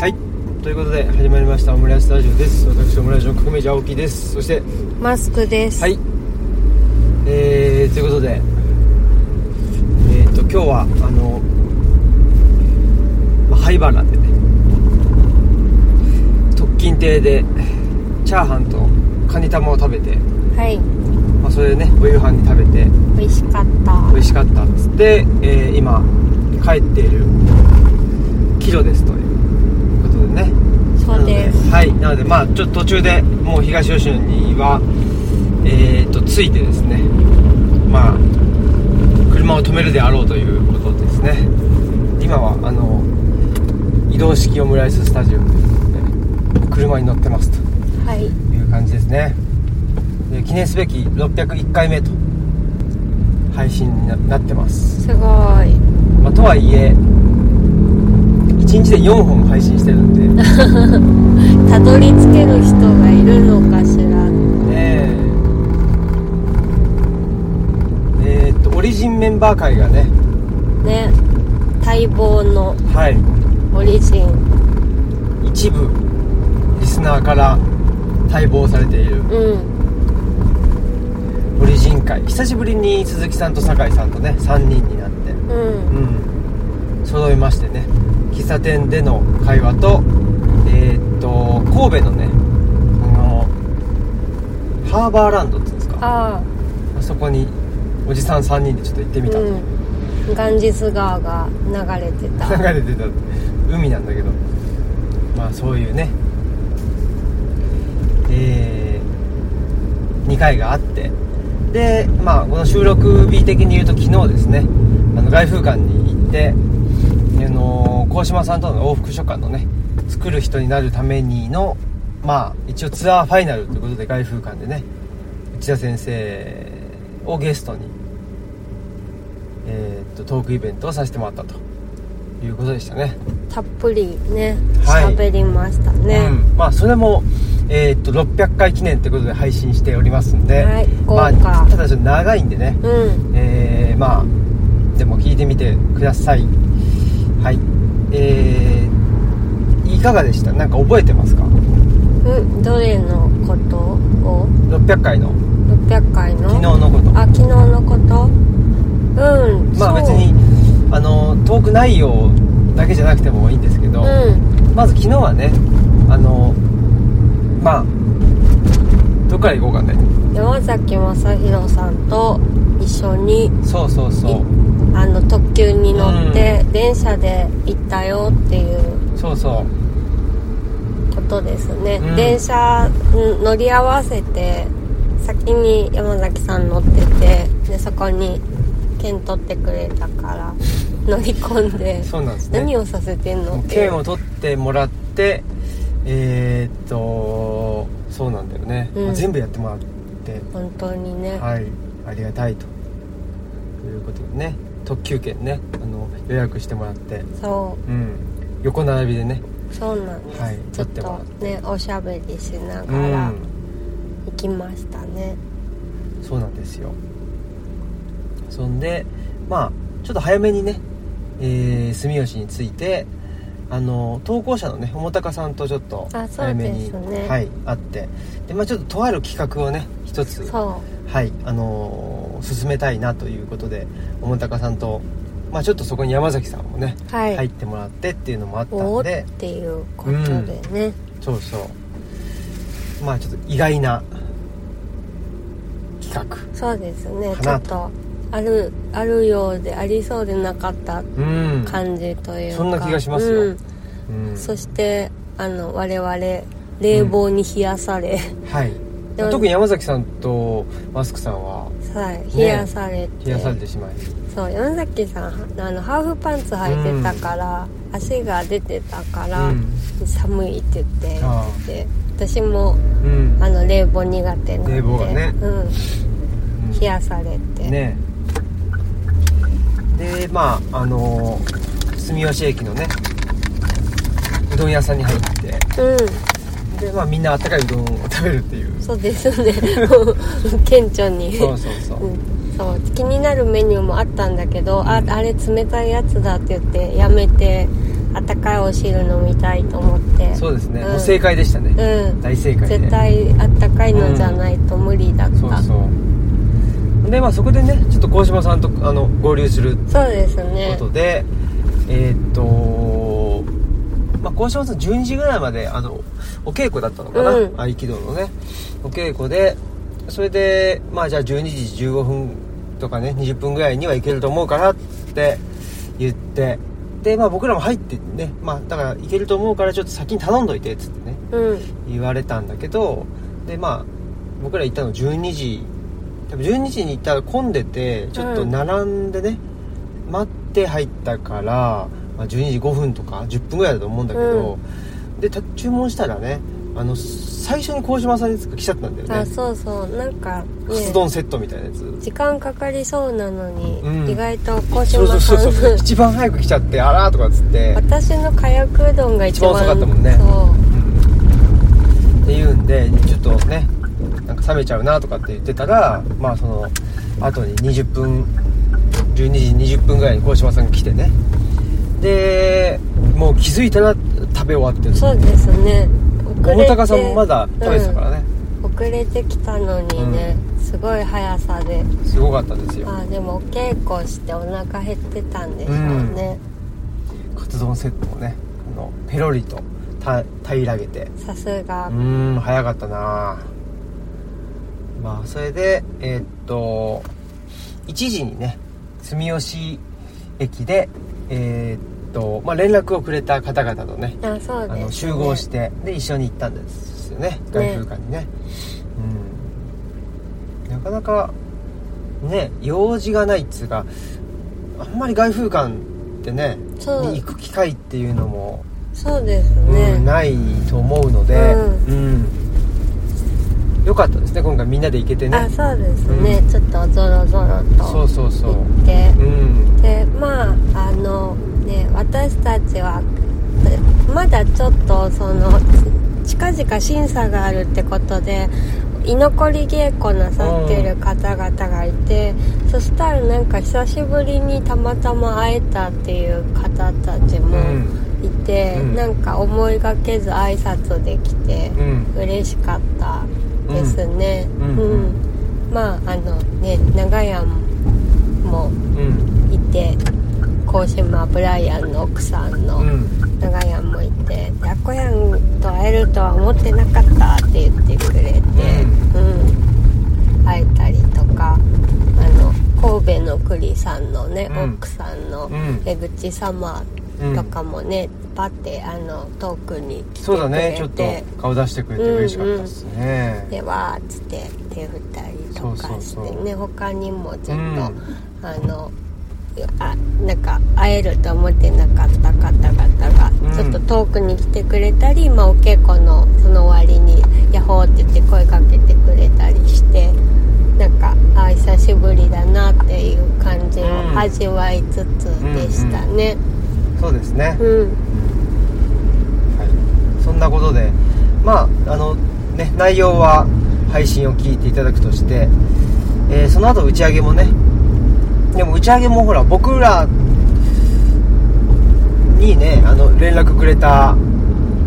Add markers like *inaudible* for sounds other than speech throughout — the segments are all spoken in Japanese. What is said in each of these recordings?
ということで始まりましたオムライスラジオです私オムライスの革命者青木ですそしてマスクです。はいえー、ということでえっ、と今日はあの、まあ、灰原でね特勤亭でチャーハンとカニ玉を食べて、はい。まあ、それでねお夕飯に食べて美味しかった。美味しかったっつって、えー今帰っている帰路ですということでねそうです。なのはいなのでまあちょっと途中でもう東吉野にはえー、とついてですねまあ車を止めるであろうということですね今はあの移動式オムライススタジオで、ね、車に乗ってますとはい。いう感じですねで記念すべき601回目と配信にななってますすごい。まあ、とはいえ1日で4本配信してるんでねたどり着ける人がいるのかしら。ええーっとオリジンメンバー会がねね。待望のはいオリジン。一部リスナーから待望されているうん。オリジン会久しぶりに鈴木さんと酒井さんとね3人になってうん。うん揃いましてね喫茶店での会話とえーっと神戸のねあのハーバーランドっていうんですかああそこにおじさん3人でちょっと行ってあ。みた、うん。ガンジス川が流れてた。流れてた海なんだけどまあそういうねえ2回があってでまあこの収録日的に言うと昨日ですねあの外風館に行ってあの鴻島さんとの往復書簡のね作る人になるためにのまあ一応ツアーファイナルということで外風館でね内田先生をゲストに、えーっとトークイベントをさせてもらったということでしたねたっぷりね。はい喋、りましたね。うん、まあそれも、えーっと600回記念ということで配信しておりますんで、はい豪華まあ、ただちょっと長いんでね、うん。えーまあでも聞いてみてくださいはいえーいかがでしたなんか覚えてますかうん。どれのことを600回の600回の昨日のことあ昨日のことうんまあそう別にあのトーク内容だけじゃなくてもいいんですけど、うんまず昨日はねあのまあどっから行こうかね山崎正弘さんと一緒にそうそうそうあの特急に乗って電車で行ったよっていうそうそうことですね、うん電車うん乗り合わせて先に山崎さん乗っててでそこに券取ってくれた *laughs* から乗り込んでそうなんですね何をさせてんのって券を取ってもらってえー、っとそうなんだよね、うんまあ全部やってもらって本当にね、はいありがたいとということでね特急券ねあの予約してもらってそううん横並びでねそうなんです、はいち撮ょっってもとらっねおしゃべりしなうがらん行きましたねそうなんですよそんでまあちょっと早めにね、えー住吉についてあの投稿者のね桃高さんとちょっとあそうですね早めに、はい、会ってで、まあ、ちょっととある企画をね一つそはいあのー進めたいなということで桃高さんと、まあ、ちょっとそこに山崎さんもねうはい、入ってもらってっていうのもあったおおんっでていうことでね、そうそうまあちょっと意外な企画そうですねかちょなっとあるあるようでありそうでなかったうん感じというか、そんな気がしますようんうんそしてあの我々冷房に冷やされ、はいでも特に山崎さんとマスクさんははい冷やされて冷やされてしまいそう山崎さんあのハーフパンツ履いてたから、足が出てたから、寒いって言ってああで私もうん、うんあの冷房苦手なんで冷房がねうん、うん冷やされて、ねでまああのー住吉駅のねうどん屋さんに入ってうでまあみんなあったかいうどんを食べるっていうんそうですね *laughs* 顕著にそうそうそう、うんそう気になるメニューもあったんだけど、ああれ冷たいやつだって言ってやめてあったかいお汁飲みたいと思ってそうですね、んもう正解でしたね、うん大正解で絶対あったかいのじゃないと無理だった、そうそうでまあそこでねちょっと鴻島さんとあの合流するそうですというねことで、えーっと、まあ、鴻島さん12時ぐらいまであのお稽古だったのかな、うん合気道のねお稽古でそれでまあじゃあ12時15分とかね20分ぐらいには行けると思うからって言ってでまあ僕らも入ってねまあだから行けると思うからちょっと先に頼んどいてっつってねうん言われたんだけどでまあ僕ら行ったの12時多分12時に行ったら混んでてちょっと並んでね、待って入ったから、まあ、12時5分とか10分ぐらいだと思うんだけど、でた注文したらねあの最初に鴻島さんが来ちゃったんだよあねそうそうなんか、カツ丼セットみたいなやつ時間かかりそうなのに、うん意外と小そうそ島うさそうんそう一番早く来ちゃってあらーとかっつって *laughs* 私の火薬うどんが一番一番遅かったもんねそうっていうんでちょっとねなんか冷めちゃうなとかって言ってたらまあその後に20分12時20分ぐらいに鴻島さんが来てねでもう気づいたら食べ終わってるそうですね遅れ桃て高さんもまだ食べてたからね、うん遅れてきたのにね、すごい速さですごかったですよあーでもお稽古してお腹減ってたんでしょうね、カツ丼セットをねあのペロリとた平らげてさすがうーん早かったなまあそれでえーっと1時にね住吉駅でえーっと、まあ、連絡をくれた方々とねあそうです、あね、の集合してで一緒に行ったんですよね外風館にねうんなかなかね用事がないっつうかあんまり外風館ってねそうに行く機会っていうのもそうですうねん、ないと思うので、ううんよかったですね今回みんなで行けてあねそうですね、うちょっとぞろぞろそうとそうそう行ってうんでまああのね私たちはまだちょっとそのち近々審査があるってことで居残り稽古なさってる方々がいて、そしたらなんか久しぶりにたまたま会えたっていう方たちうもんいて、うんなんか思いがけず挨拶できてうん嬉しかったですねううんん、うんまああのね長屋もうんいて鴻島ブライアンの奥さんうのん長屋もいて「やこやんと会えるとは思ってなかった」って言ってくれて、うん会えたりとかあの神戸の栗さんのね、うん奥さんのうん江口様うんとかもね、パッてあの遠くに来てくれてそうだねちょっと顔出してくれて嬉しかったですね、でわーっつって手振ったりとかしてねそうそうそう他にもちょうっと、んあのあなんか会えると思ってなかった方々がうんちょっと遠くに来てくれたり、まあ、お稽古のその終わりに「ヤッホー」って言って声かけてくれたりしてなんかあー久しぶりだなっていう感じをうん味わいつつでしたね。そうですね、うんはい、そんなことでまああのね内容は配信を聞いていただくとして、えーその後打ち上げもねでも打ち上げもほら僕らにねあの連絡くれた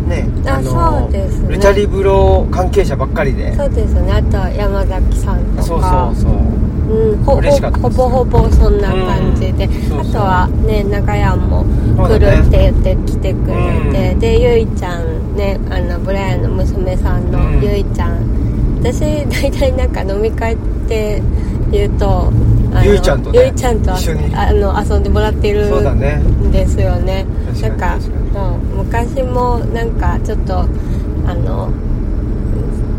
ねあのそうですねルチャリブロ関係者ばっかりでそうですねあとは山崎さんとかそうそうそううん、ほ嬉しかったほですぼほぼそんな感じで、んそうそうあとはね長屋も来るって言って来てくそうれだて、ねでゆいちゃんねあのブライアンの娘さんうんのゆいちゃん、私大体なんか飲み会って言うとあのゆいちゃんとねゆいちゃんと一緒にあの遊んでもらってるそうだねですよねな確んかかに確もう昔もなんかちょっとあの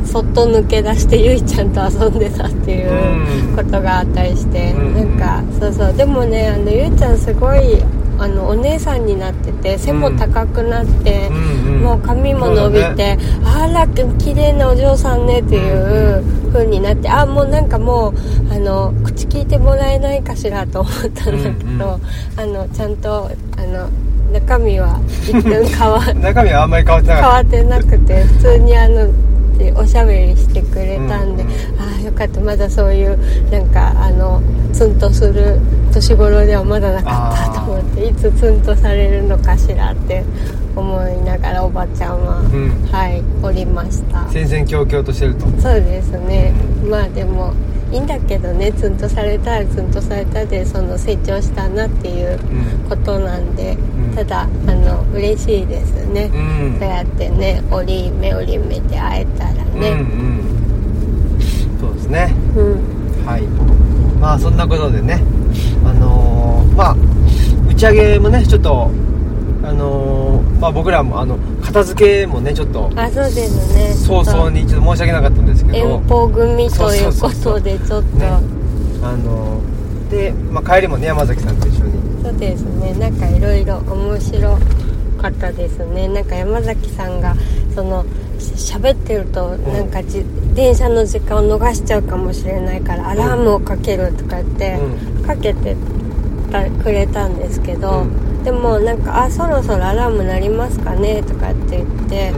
そっと抜け出してゆいちゃんと遊んでたっていううんことがあったりして、うんうんなんかそうそうでもねあのゆいちゃんすごいあのお姉さんになってて背も高くなって、うんうんもう髪も伸びそうだて、あら綺麗なお嬢さんねっていう風になってあもうなんかもうあの口聞いてもらえないかしらと思ったんだけど、うんうんあのちゃんとあの中身は一見変わ中身はあんまり変わってな変かっわってなくて普通にあのおしゃべりしてくれたんで、うんああよかったまだそういうなんかあのツンとする年頃ではまだなかったと思っていつツンとされるのかしらって思いながらおばちゃんは、んはいおりました戦々恐々としてるとそうですねまあでもいいんだけどねツンとされたらツンとされたでその成長したなっていううんことなんで、うんただあの嬉しいですね、うんそうやってね折目折目で会えたらうねんうんそうですねうん、はいまあそんなことでねあのーまあ打ち上げもねちょっとあのーまあ僕らもあの片付けもねちょっとあそうですね早々にちょっと申し訳なかったんですけど遠方組というそこうそうそうそとうでちょっとねあのーで、まあ、帰りもね山崎さんと一緒にそうですねなんかいろいろ面白かったですねなんか山崎さんがそのし喋ってるとんなんかじ、電車の時間を逃しちゃうかもしれないからアラームをかけるとか言って、かけてたくれたんですけど、うでもなんか「あそろそろアラーム鳴りますかね」とかって言って、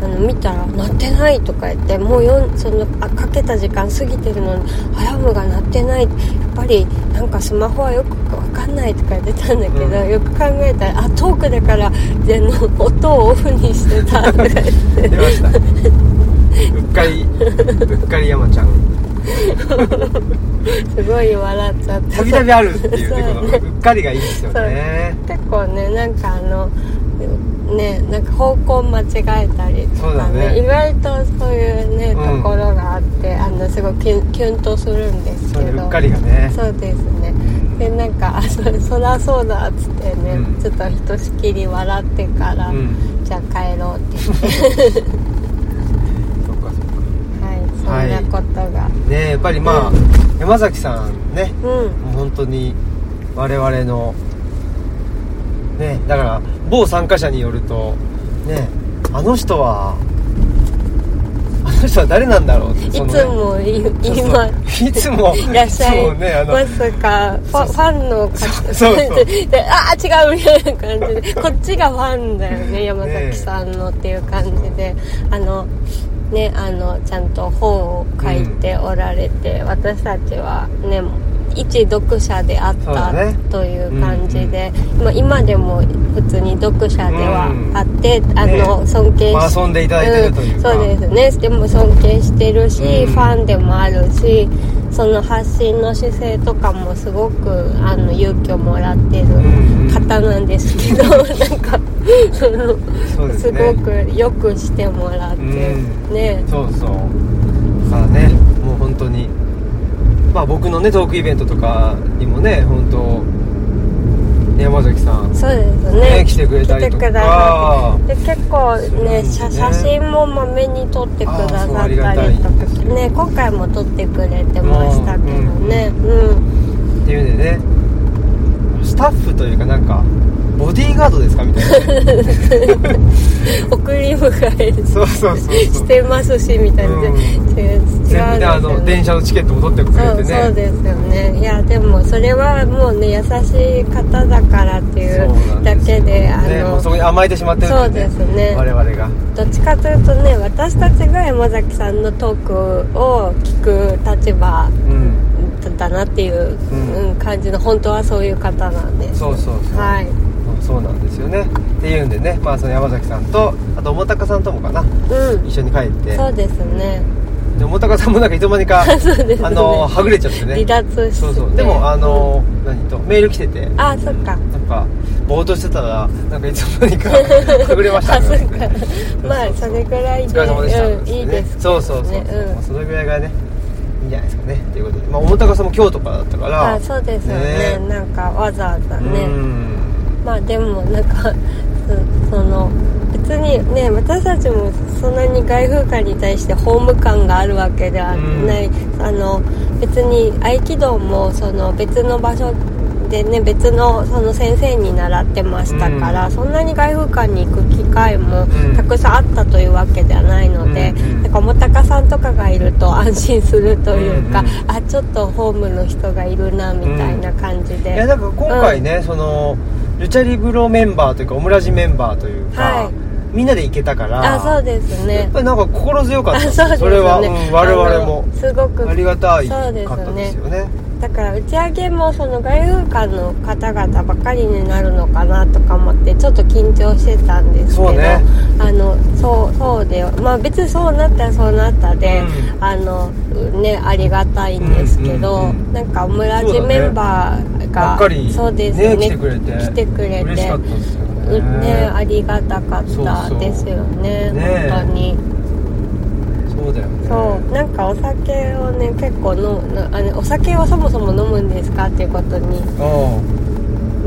あの見たら「鳴ってない」とか言ってもうよんそのあかけた時間過ぎてるのにアラームが鳴ってないやっぱりなんかスマホはよくわかんないとか言ってたんだけど、うんよく考えたら「あトークだからであの音をオフにしてた」とか言 *laughs* って出ましたうっかりうっかり山ちゃんすごい笑っちゃったたびたびあるっていうねそうこのうっかりがいいですよね結構ねなんかあのねなんか方向間違えたりとそうだかねね意外とそういうね、うんところがあってあのすごいキュンキュンとするんですそうけねどうっかりがねそうですねでなんかあそそらそうだっつってね、うんちょっとひとしきり笑ってから、うんじゃあ帰ろうって言ってそっかそっか *laughs* はいそんなことが、ねやっぱりまあ、う山崎さんねうんもう本当に我々のねだから某参加者によるとねあの人はあの人は誰なんだろうっていつそのねもいそうそう今いつもいらっしゃいついもねあのますかファファンの方そうそう *laughs* でああ違うみたいな感じでこっちがファンだよね山崎さんのっていう感じであのねあのちゃんと本を書いておられて、私たちはね一読者であっそうただねという感じで、まあ今でも普通に読者ではあって、あのね尊敬まあし遊んでいただいてるというか、ん、そうですねでも尊敬してるし、うんファンでもあるしその発信の姿勢とかもすごくあの勇気をもらってるんうん方なんですけど、なんかそのそうですすねごくよくしてもらっうて、んねそうそうだからねもう本当にまあ僕のねトークイベントとかにもね本当山崎さんそうですねね来てくれたりとか来てくださってで結構するんでねす写ね写真もまめに撮ってくだあーそうさあっりがたたりいとかですよね今回も撮ってくれてましたけどねうん、っていうんでねスタッフというかなんかボディーガードですかみた *laughs* いなね送り迎えそうそうそうそしうてますしみたいな、うん違う違うんですよ全部であの電ね車のチケットも取ってくそれてうそうねですよねいやでもそれはもうね優しい方だからっていそううなだんですけであねものうそこに甘えてしまってるんで、ね、そうですね我々がどっちかというとね私たちが山崎さんのトークを聞く立場うんだなっていう、うんうん感じの本当はそういう方なんですそうそうそう、はいそうなんですよねっていうんでね、まあ、その山崎さんとあと桃高さんともかなうん一緒に帰ってそうですね *laughs* で桃高さんもなんかいつの間にかそうですねあのはぐれちゃってね離脱してそうそうでもあの、何とメール来ててあそっかなんかぼーっとしてたらなんかいつの間に *laughs* かはぐれましたあそっねかまあそれぐらいおで疲れ様でした、うん、いいですけどそうそうそうそう、ねうんまあそれぐらいがねいいんじゃないですかねっていうことで、まあ、桃高さんも京都からだったからあそうですよねねなんかわざわざね、うんまあでもなんか *laughs* そその別にね私たちもそんなに外風感に対してホーム感があるわけではない、あの別に合気道もその別の場所でね別のその先生に習ってましたから、うんそんなに外風館に行く機会もうんたくさんあったというわけではないので、うんなんかもたかさんとかがいると安心するというか、うんうんあちょっとホームの人がいるなみたいな感じで、いやなんか今回ね、そのルチャリブロメンバーというかオムラジメンバーというか、はいみんなで行けたからあそうですやっねぱりなんか心強かっあたそうですねれは、うん我々あものすごくありがたいそうですかったですよねねだから打ち上げもその外遊館の方々ばかりになるのかなとか思ってちょっと緊張してたんですけそど、うねあのそうそうでまあ別にそうなったらそうなったで、うあのうねありがたいんですけど、うんうんうんなんか村そうだ地ねメンバーばがっかりそうですねね来てくれて来てくれて嬉しかったですよねうねありがたかっそうたそうですよねねえ本当に。そうだよねそうなんかお酒をね結構飲むなあのお酒はそもそも飲むんですかっていうことに*laughs*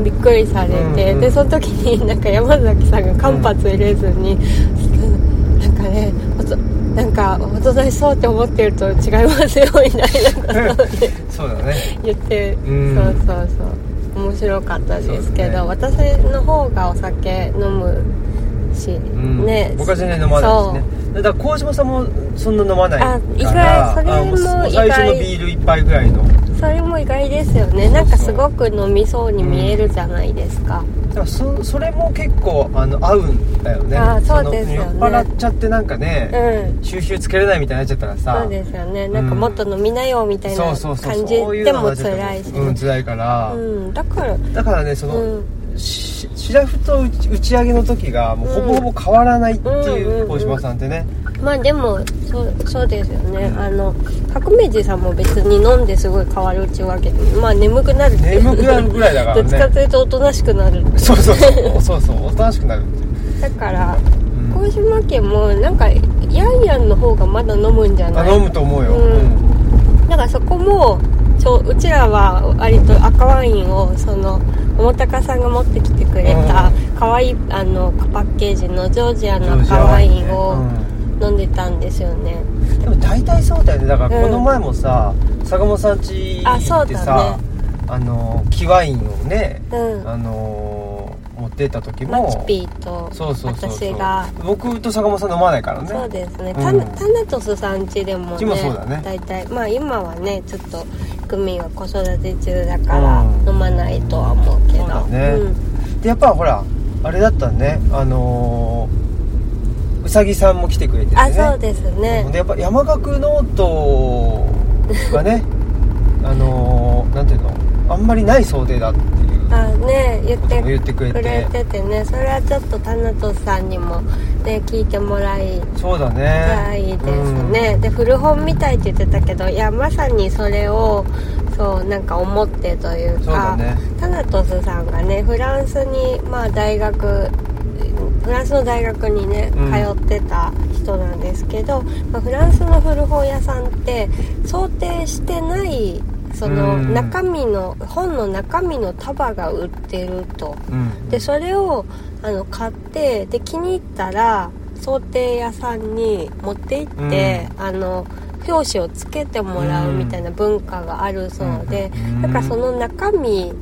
う んびっくりされて、うんうんでその時に *laughs* なんか山崎さんが間髪入れずに、うんなんかねおとなんかおとなしそうって思ってると違いますよみたい *laughs* なことをねそうだね言って、うんそうそうそう面白かったですけどそう私の方がお酒飲むし、うんね僕は全然飲まないですねだから鴻島さんもそんな飲まないからあ意外それもあうう意外最初のビール一杯ぐらいのそれも意外ですよねなんかすごく飲みそうに見えるじゃないですか、だからそそれも結構あの合うんだよねあそうですよねその酔っ払っちゃってなんかうね、ん収集つけれないみたいになっちゃったらさそうですよねなんかもっと飲みなよみたいなそう感そうそうじそういうでのもがちょっと辛いし、うん辛いから、うん、だからだからねその、うんしシラフと打ち打ち上げの時がもうほぼほぼ変わらないってうんうんいううん大島さんってね、まあでもそうそうですよね、うんあの革命児さんも別に飲んですごい変わるっていうわけでまあ眠くなるっていう眠くなるぐらいだからねどっちかというとおとなしくなるそうそうそうそうそうおとなしくなるっていう、だからうん小島家もなんかヤンヤンの方がまだ飲むんじゃない頼むと思うよ、うんうんだからそこもちょうちらは割と赤ワインをその桃高さんが持ってきてくれた可愛いあのパッケージのジョージアの赤ワインを飲んでたんですよね、でも大体そうだよねだからうんこの前もさ、坂本さん家あ行そっうてださねあの木ワインをね、うんあのー持ってった時マもチピーとそうそうそうそう私が僕と坂本さん飲まないからねそうですうね、んタナタナトスさん家でもうねちもそうだね大体まあ今はねちょっとクミンは子育て中だからうん飲まないとは思うけどそうだねうんでやっぱほらあれだったねあのーうさぎさんも来てくれててねあそうですねでやっぱ山岳ノートが *laughs* ねあのーなんていうのあんまりない想定だっていうあね言っことても言ってくれくてれててねそれはちょっとタナトスさんにもね聞いてもらいそうだねたいですね、で古本みたいって言ってたけどいやまさにそれをそうなんか思ってというそうだかねタナトスさんがねフランスにまあ大学フランスの大学にねうん通ってた人なんですけど、まあ、フランスの古本屋さんって想定してないそのうん中身の本の中身の束が売ってるとうん、うんでそれをあの買ってで気に入ったら想定屋さんに持って行って、あの表紙をつけてもらうみたいな文化があるそうで、うんだからその中身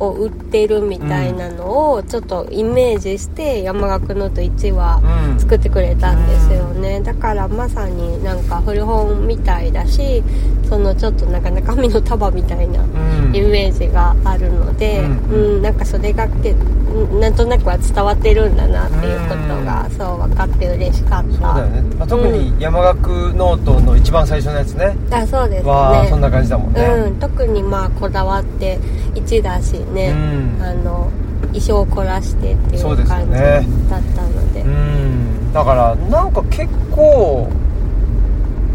を売ってるみたいなのをちょっとイメージして山岳ノート1はうん作ってくれたんですよねだからまさになんか古本みたいだしそのちょっとなんか中身の束みたいなうんイメージがあるので、うんうんなんかそれがけうんなんとなくは伝わってるんだなっていうことが、そう分かって嬉しかったそうだよね、まあ、特に山岳ノートの一番最初のやつね、あそうですねはそんな感じだもんね、うん、特にまあこだわって1だしね、うんあの衣装を凝らしてっていそううですよ感じだねったのでうんだからなんか結構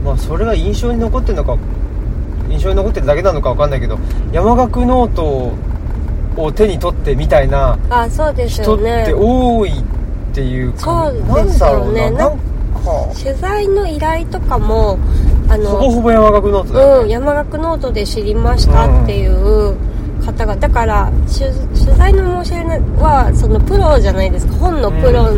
まあそれが印象に残ってるのか印象に残ってるだけなのかわかんないけど山岳ノートを手に取ってみたいなあそうです人よってね多いっていうか、そうですよなねんだろうななんか取材の依頼とかもあのほぼほぼ山岳ノートだようん、ね、山岳ノートで知りましたっていう方が、だから取取材の申し入れはそのプロじゃないですか本のプロ、うう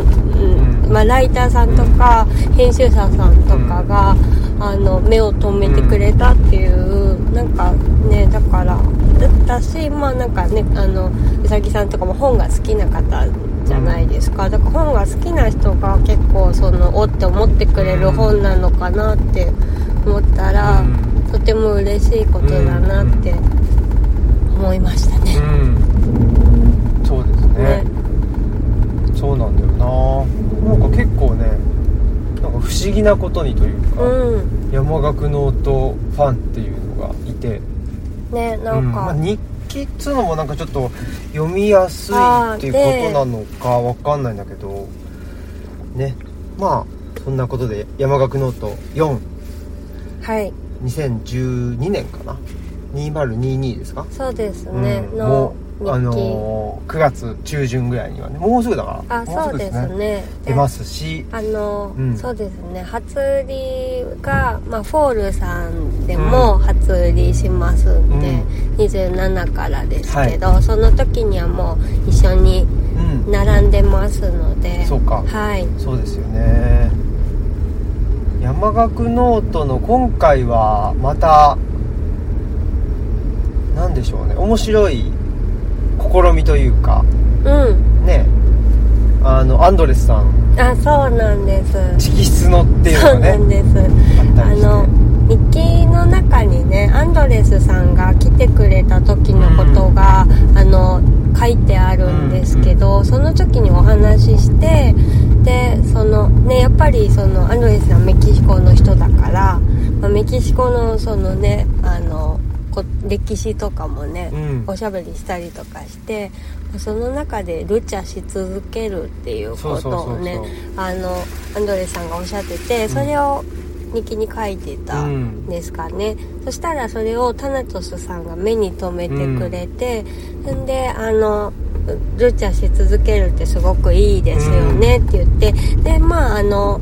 んまあ、ライターさんとか編集者さんとかが、あの目を留めてくれたっていう、なんかねだからだだしまあなんかねあのうさぎさんとかも本が好きな方じゃないですかだから本が好きな人が結構そのおって思ってくれる本なのかなって思ったら、うんとても嬉しいことだなって思いましたね、うんそうですねねそうなんだよななんか結構ねなんか不思議なことにというか、うん山岳ノートファンっていうのがいてねなんか、うんまあ、日記っつうのもなんかちょっと読みやすいっていうことなのかわかんないんだけどねまあそんなことで山岳ノートはい42012年かな2022ですか、そうですね、うんのもう、あのー9月中旬ぐらいにはねもうすぐだからあそうですもね出ますしあの、うんそうですね初売りが、まあ、フォールさんでも初売りしますんで、27からですけど、その時にはもう一緒にうん並んでますのでそうかはいそうですよね山岳ノートの今回はまた何でしょうね面白い試みというかうんねあのアンドレスさんあそうなんです直筆のっていうそうのがなんねですあったありしての日記の中にねアンドレスさんが来てくれた時のことが、あの書いてあるんですけど、その時にお話ししてでそのねやっぱりそのアンドレスさんはメキシコの人だから、まあメキシコのそのねあのこ歴史とかもね、うんおしゃべりしたりとかしてその中でルチャし続けるっていうそこうそとうそうそをうねあのアンドレさんがおっしゃっててそれを日記に書いてたんですかね、そしたらそれをタナトスさんが目に留めてくれて、ん、であのルチャし続けるってすごくいいですよねって言ってでまああの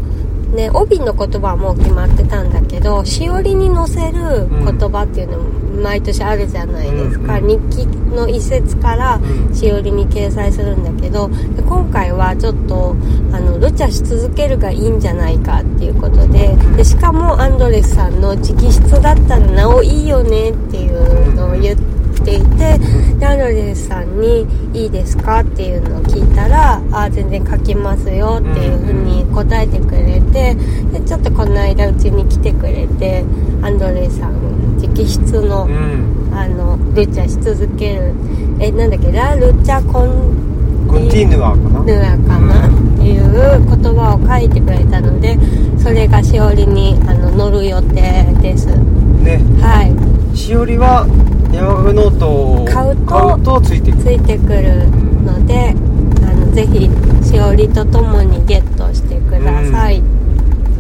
ね帯の言葉はもう決まってたんだけどしおりに載せる言葉っていうのも毎年あるじゃないですか、うん日記の一節から、うんしおりに掲載するんだけどで今回はちょっとあのルチャし続けるがいいんじゃないかっていうことででしかもアンドレスさんの直筆だったらなおいいよねっていうのを言っていてでアンドレスさんに「いいですか?」っていうのを聞いたら「あー全然書きますよ」っていうふうに答えてくれてでちょっとこの間うちに来てくれてアンドレスさん直筆のう。んあのルチャし続けるえなんだっけラ・ルチャ・コンコンティニュアーかなヌアかなっていう言葉を書いてくれたのでそれがしおりにあの乗る予定ですねはいしおりは山岳ノートを買うとついていくついてくるのであのぜひしおりとともにゲットしてください、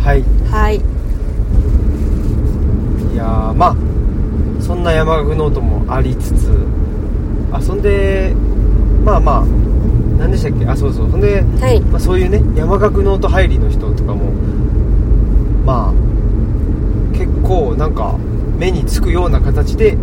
はいはいいやーまあそんな山岳ノートもありつつあそんでまあまあ何でしたっけあそうそうほんで、はいまあ、そういうね山岳ノート入りの人とかもまあ結構なんか目につくような形で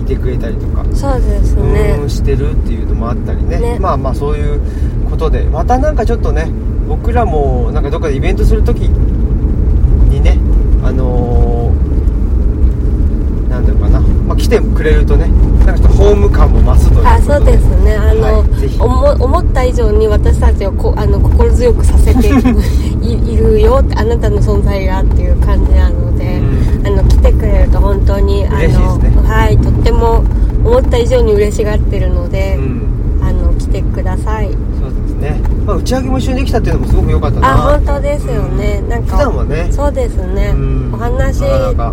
いてくれたりとか、そうですねうんしてるっていうのもあったりねねまあまあそういうことでまたなんかちょっとね僕らもなんかどっかでイベントする時にねあのーなんだろうかな、まあ、来てくれるとねなんかちょっとホーム感も増すというあそうですねあの、はいぜひおも思った以上に私たちをこあの心強くさ *laughs* せていいるよってあなたの存在がっていう感じなので、うんあの来てくれると本当にあの嬉しいですねはいとっても思った以上に嬉しがってるので、うんあの来てくださいそうですね、まあ、打ち上げも一緒にできたっていうのもすごく良かったなあ本当ですよね、なん普か段はねそうですね、うんお話なかなかやっ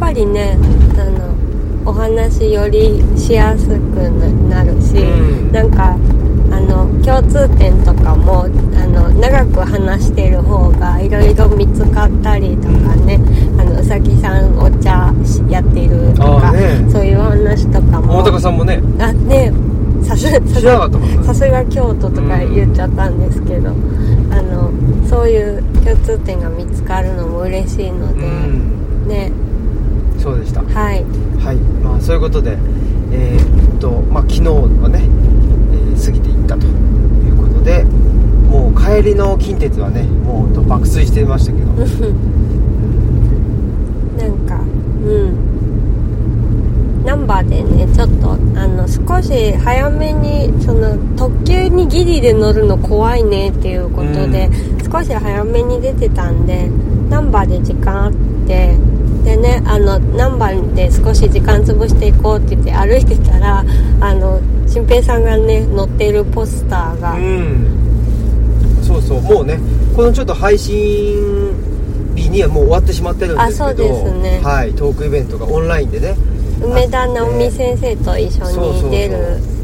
ぱりねあのお話よりしやすくなるし、うんなんかあの共通点とかもあの長く話してる方がいろいろ見つかったりとかねあのうさぎさんお茶しやってるとあか、あねそういう話とかも大高さんも *laughs* ねあねさすさ知すらなかったもんねさすが京都とか言っちゃったんですけど、あのそういう共通点が見つかるのも嬉しいのうで、んねそうでしたはい。はい、まあ、そういうことで、えーっとまあ、昨日はね、えー過ぎていったということでもう帰りの近鉄はねもう爆睡してましたけどなんかうんナンバーでねちょっとあの少し早めにその特急にギリで乗るの怖いねっていうことで、少し早めに出てたんでナンバーで時間あってでねあのナンバーで少し時間潰していこうって言って歩いてたらあの新平さんがね乗ってるポスターが、うんそうそうもうねこのちょっと配信日にはもう終わってしまってるんですけどあそうですねはい、トークイベントがオンラインでね梅田直美先生と一そうそう緒そうに出る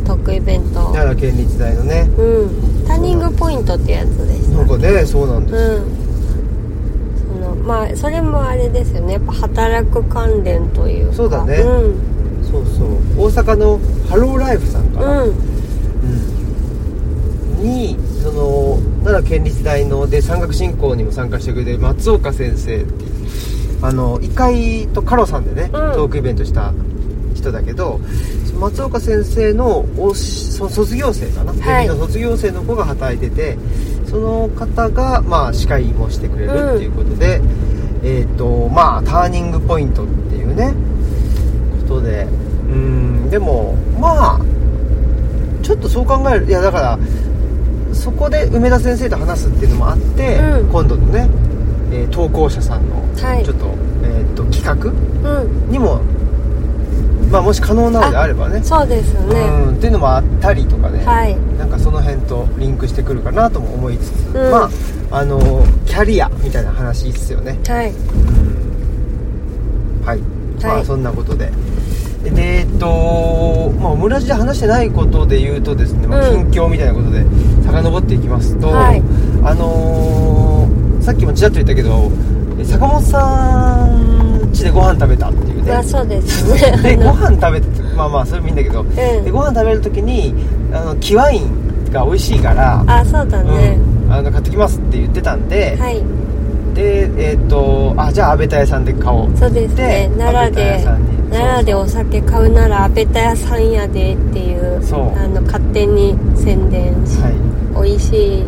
トークイベント奈良県立大のねうんターニングポイントってやつでしたなんかねそうなんですよ、うんそのまあそれもあれですよねやっぱ働く関連というかそうだねうんそうそう大阪のハローライフさんかうら、んにその奈良県立大ので山岳振興にも参加してくれてる松岡先生っていうあの一回とカロさんでね、トークイベントした人だけどその松岡先生のおしその卒業生かな、はい芸人の卒業生の子が働いててその方が、まあ、司会もしてくれるっていうことで、えっ、とまあターニングポイントっていうねことでうんでもまあちょっとそう考えるいやだからそこで梅田先生と話すっていうのもあって、うん今度のね、えー投稿者さんのはいちょっと,、えー、と企画うんにも、まあ、もし可能なのであればねそうですねうんっていうのもあったりとかね、はいなんかその辺とリンクしてくるかなとも思いつつ、うんまああのキャリアみたいな話ですよねはいはい、まはあいそんなことででえっとまあオムラジで話してないことで言うとですね、まあ、うん近況みたいなことで遡っていきますと、はいあのーさっきもちらっと言ったけどえ坂本さん家でご飯食べたっていうねまあそうですねでごあの飯食べててまあまあそれもいいんだけど、でご飯食べる時にあのキワインが美味しいから、あそうだねうんあの買ってきますって言ってたんで、はいでえっ、とあじゃあ安倍田屋さんで買おうそうですねで奈安倍良で田屋さんに奈良でお酒買うならアペタ屋さんやでっていうそうあの勝手に宣伝し、は美味しい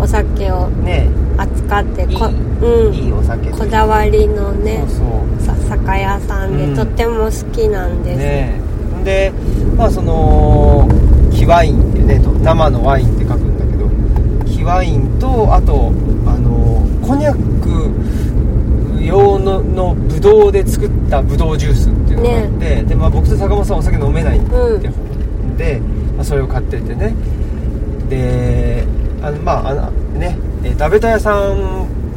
お酒をいね扱ってこいいうん、いいお酒こだわりのねそうそさ酒屋さんで、うんとっても好きなんうです、ねんでまあそのキワインってねと生のワインって書くんだけどキワインとあとあのこんにゃく用ののブドウで作ったブドウジュースっていうのがあって、でまあ、僕と坂本さんお酒飲めないんで、で、まあ、それを買ってってねであのまああのねえー食べた屋さん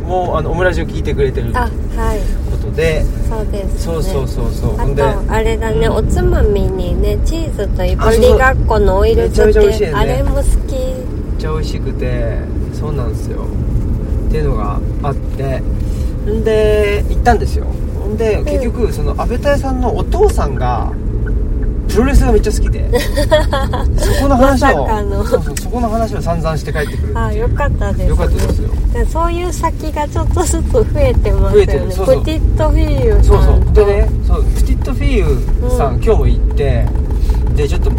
もあのオムラジを聞いてくれてるあはいことでそうです、ね、そうそうそうそうあほんでとあれだね、うんおつまみにねチーズといぶあそうりそうがっこのオイル漬めちゃめちゃ美味しいよけねあれも好きめっちゃ美味しくてそうなんですよっていうのがあってんで行ったんですよほんで結局その安倍太さんのお父さんがプロレスがめっちゃ好き *laughs* でそこの話まさかのをそうそうそこの話を散々して帰ってくるあよかったです、ね、よかったですよでそういう先がちょっとずつ増えてます増えてよるねそうそうプティットフィーユさんとそうそうでねそうプティットフィーユさん、うん今日も行ってでちょっと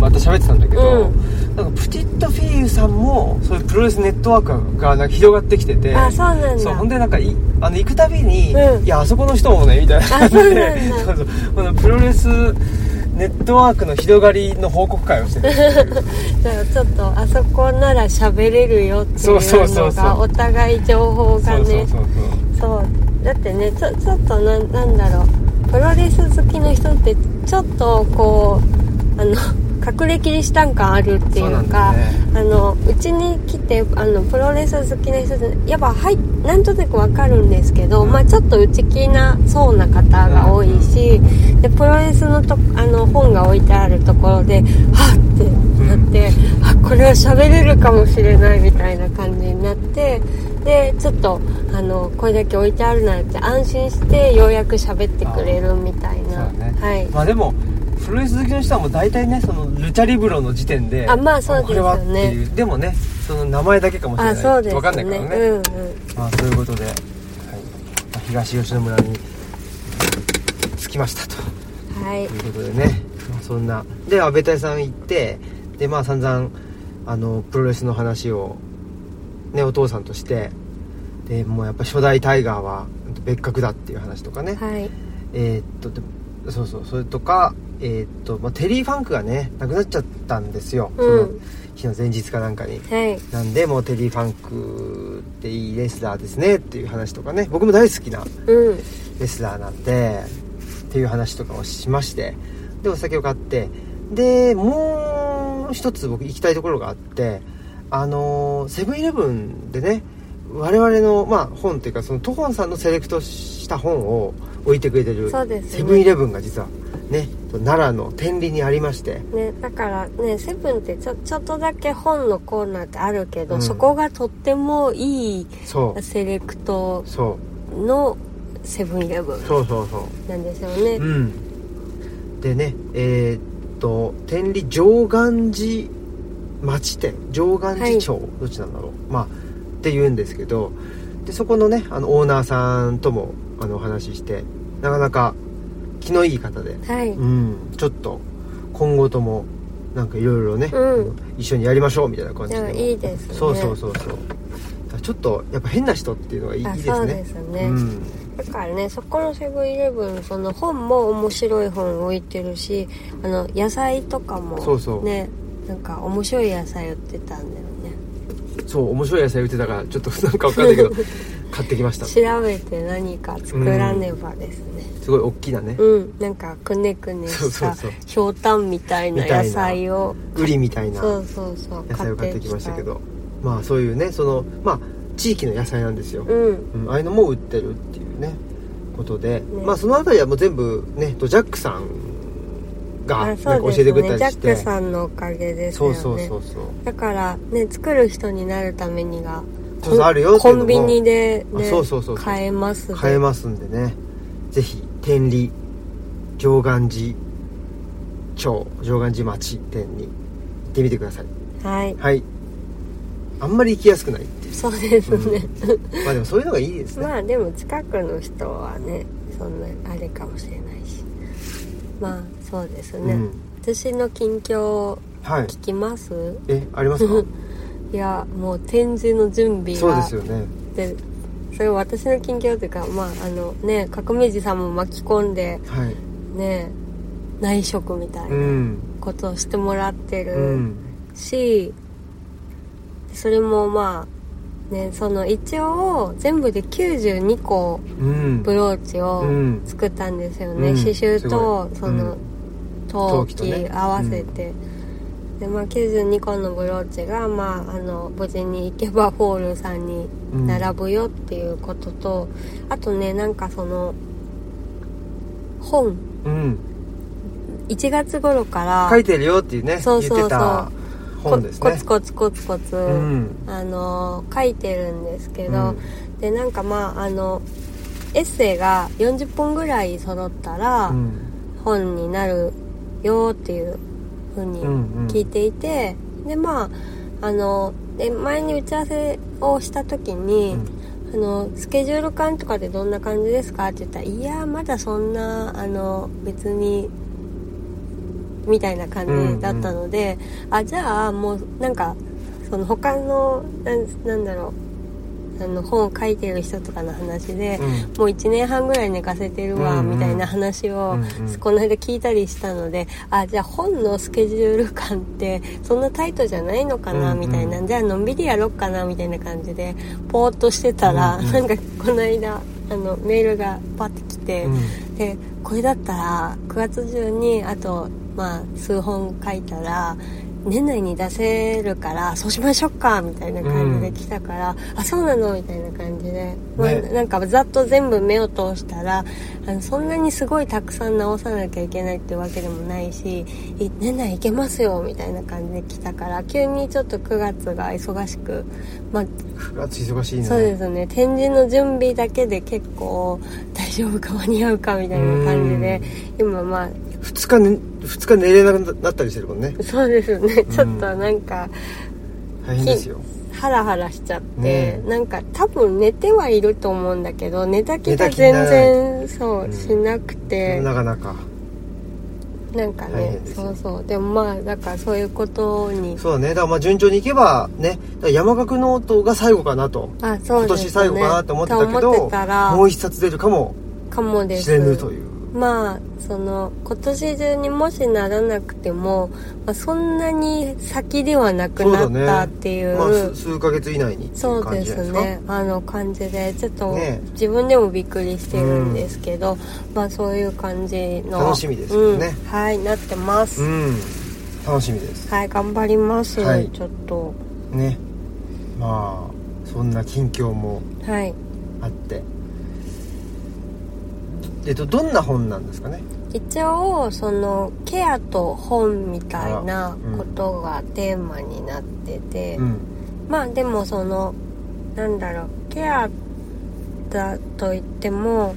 また喋ってたんだけど、うなんかプティットフィーユさんもそういうプロレスネットワークがなんか広がってきててあそうなんだそうほんでなんかいあの行くたびに、うんいやあそこの人もねみたいな感じあでそうな *laughs* んだそうそうこのプロレスネットワークの広がりの報告会をして *laughs* てだからちょっとあそこなら喋れるよっていうのそうそがうそうそうお互い情報がそうそねうそうそうそうだってねちょちょっとななんだろうプロレス好きの人ってちょっとこうあの *laughs* 隠れキリシタン感あるっていそうなうんだかよねあのうちに来てあのプロレス好きな人ってやっぱはいなんとなくわかるんですけど、うんまあ、ちょっと内気なそうな方が多いし、でプロレスのとあの本が置いてあるところではっってなって、あこれは喋れるかもしれないみたいな感じになってでちょっとあのこれだけ置いてあるならって安心してようやく喋ってくれるみたいそうな、だね、はいまあでもプロレス好きの人はもう大体ねそのルチャリブロの時点であまあそうですよねこれはっていうでもねその名前だけかもしれなあいそうですねわかんないからね、うんうんまあそういうことで、はいまあ東吉野村に着きましたとはいということでね、まあ、そんなで安倍隊さん行ってでまあ散々あのプロレスの話をねお父さんとしてでもうやっぱ初代タイガーは別格だっていう話とかね、はいえーっとでそうそうそれとかえーっと、まあ、テリー・ファンクがね亡くなっちゃったんですよ、うんその日の前日かなんかにはいなんでもうテリー・ファンクっていいレスラーですねっていう話とかね僕も大好きなうんレスラーなんでっていう話とかをしましてでお酒を買ってでもう一つ僕行きたいところがあってあのーセブンイレブンでね我々の、まあ、本というかそのトホンさんのセレクトした本を置いてくれてるそうですねセブンイレブンが実は奈良の天理にありましてね、だからねセブンってちょちょっとだけ本のコーナーってあるけど、うんそこがとってもいいそうセレクトそのセブンイレブンうそうそうそなんですよね、ううんでねえーっと天理上岸寺町店上岸寺町、どっちなんだろうまあっていうんですけどでそこのねあのオーナーさんともあのお話ししてなかなか気のいい方ではい、うん、ちょっと今後ともなんかいろいろね、うん一緒にやりましょうみたいな感じでもでいいですねそうそうそうそうだからちょっとやっぱ変な人っていうのがいいあいいですねそうですねうん、だからねそこのセブンイレブンその本も面白い本置いてるしあの野菜とかもそうそうねなんか面白い野菜売ってたんだよねそう面白い野菜売ってたからちょっとなんかわかんないけど買ってきましたす調べて何か作らねばですねごい大きなね、うん、なんかくねくねそうしそうたそうひょうたんみたいなみたいな野菜をウリみたいなそうそうそう野菜を買ってきましたけどまあそういうねそのまあ地域の野菜なんですよ、うんうんああいうのも売ってるっていうねことで、ねまあその辺りはもう全部ねとジャックさんがなんあかそう教でえすてねくれたりジしャッてクさんのおかげですよそうねそうそうそうだからね作る人になるためにがそうそうあるよっていコうのもンビニで、ね、あそうそうそうそう買えます買えますんでねぜひ天理上岸寺町上岸寺町店に行ってみてくださいすはいはいあんまり行きやすくないっていうそうですね、まあでもそういうのがいいですねまあでも近くの人はねそんなあれかもしれないしまあそうですね、うん私の近況をはい聞きますえありますかいやもう展示の準備がそうですよねでそれは私の近況というかまああのね革命児さんも巻き込んではいね内職みたいうなんことをしてもらってうるんし、それもまあねその一応全部で92個うんブローチをうん作ったんですよね、うん刺繍とすごいその陶陶器とね器合わせて、でまあ、92個のブローチが、まあ、あの無事に行けばホールさんに並ぶよっていうことと、あとねなんかその本うん1月頃から書いてるよっていうねそうそうそ言っうてた本ですねコツコツコツコツ、うんあの書いてるんですけど、うんでなんかまああのエッセイが40本ぐらい揃ったら、うん本になるよっていう風に聞いていて、でまああので前に打ち合わせをした時に、あのスケジュール感とかでどんな感じですかって言ったら「いやまだそんなあの別に」みたいな感じだったので、あじゃあもうなんかその他のなんなんだろうあの本を書いてる人とかの話で、うんもう1年半ぐらい寝かせてるわ、うんうんみたいな話を、うんうんこの間聞いたりしたのであじゃあ本のスケジュール感ってそんなタイトじゃないのかな、うんうんみたいなじゃあのんびりやろっかなみたいな感じでポーっとしてたら、うんうんなんかこの間あのメールがパッて来て、うんでこれだったら9月中にあと、まあ、数本書いたら年内に出せるからそうしましょうかみたいな感じで来たから、あそうなのみたいな感じで、まあねなんかざっと全部目を通したらあのそんなにすごいたくさん直さなきゃいけないってわけでもないしい年内いけますよみたいな感じで来たから急にちょっと9月が忙しく、まあ、 9月忙しいねそうですね展示の準備だけで結構大丈夫か間に合うかみたいな感じで今まあ2日,、ね、2日寝れなくなったりしてるもんねそうですねんちょっとなんか大変ですよハラハラしちゃって、ねなんか多分寝てはいると思うんだけど寝た気が全然そう、うんしなくてなかなかなんか大ね変ですそようそうでもまあだからそういうことにそうだねだからまあ順調にいけばねだから山岳ノートが最後かなと、あそ今うです年ね最後かなと思ってたけとど思ってたらもう一冊出るかもかもでしすれぬというまあその今年中にもしならなくても、まあ、そんなに先ではなくなそうっただっねていうまあ数数ヶ月以内にっていそうう感でじじゃすないですかねあの感じでちょっと、ね自分でもびっくりしてるんですけど、まあそういう感じの楽しみですよねうん、はいなってます、うん楽しみですはい頑張ります、はいちょっとねまあそんな近況もはいあってえっと、どんな本なんですかね一応そのケアと本みたいあなうんことがテーマになってて、うんまあでもそのなんだろうケアだと言っても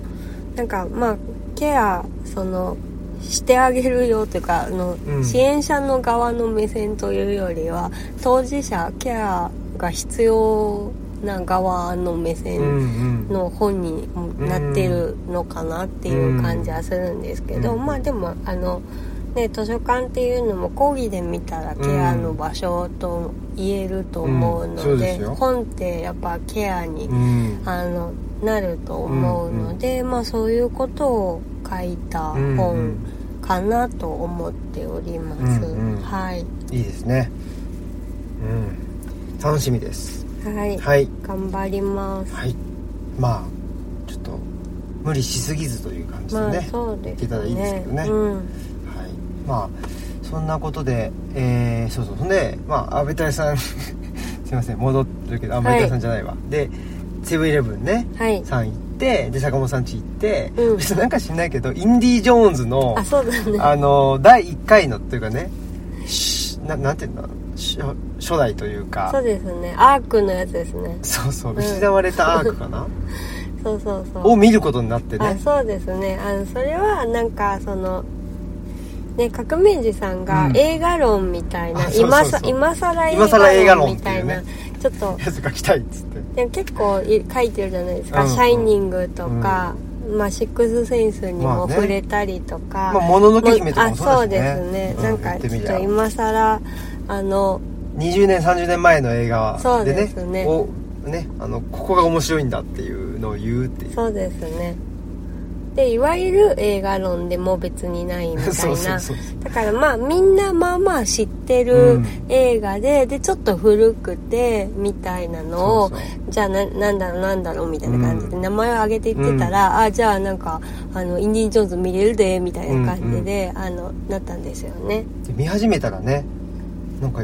なんかまあケアそのしてあげるよというかあの、うん支援者の側の目線というよりは当事者ケアが必要な側の目うんう線んの本になってるのかなっていう感じはするんですけど、うんまあでもあの、ね、図書館っていうのも講義で見たらケアの場所と言えると思ううんそのうでで,、すよ本ってやっぱケアに、うんあのなると思うので、まあそういうことを書いた本かなと思っております。うんうんはい、いいですねうん楽しみですはい、はい頑張ります。はいまあちょっと無理しすぎずという感じでまあね、そうですね。いけたらいいですけどねうんはいまあそんなことでえー、そうそうほんでまあ安倍隊さん *laughs* すいません戻ってるけど安倍隊さんじゃないわ、でセブンイレブンねはい。さん行ってで坂本さん家行って、うんそしてなんか知んないけどインディ・ジョーンズのあ、そうだね。あの第1回のっていうかねしななんていうんだろうし初代というかそうですね。アークのやつですね。そうそううん失われたアークかな、そうそうそう。を見ることになってあ、ねそうですね。あの、それはなんか、その、ね、革命児さんうがん映画論みたいな、あそう今そうさそう今更今更映映画画論論みたいな、っちょっと、やつ書きたいっつってでも結構い書いてるじゃないですか。うんうんシャイニングとか、まあ、シックスセンスにまあもね触れたりとか。まあもののけ姫とかもそうだしねあそうですね。うんなんか、言ってちょみっりゃと今更、あの、 20年30年前の映画そうででねすねをねあのここが面白いんだっていうのを言うっていうそうですねでいわゆる映画論でも別にないみたいな *laughs* そうそうそうだからまあみんなまあまあ知ってうるん映画で、でちょっと古くてみたいなのをそうじゃあななんだろうなんだろうみたいな感じでうん名前を挙げていってたら、あじゃあなんかあのインディ・ジョーンズ見れるでみたいな感じで、あのなったんですよね、で見始めたらねなんか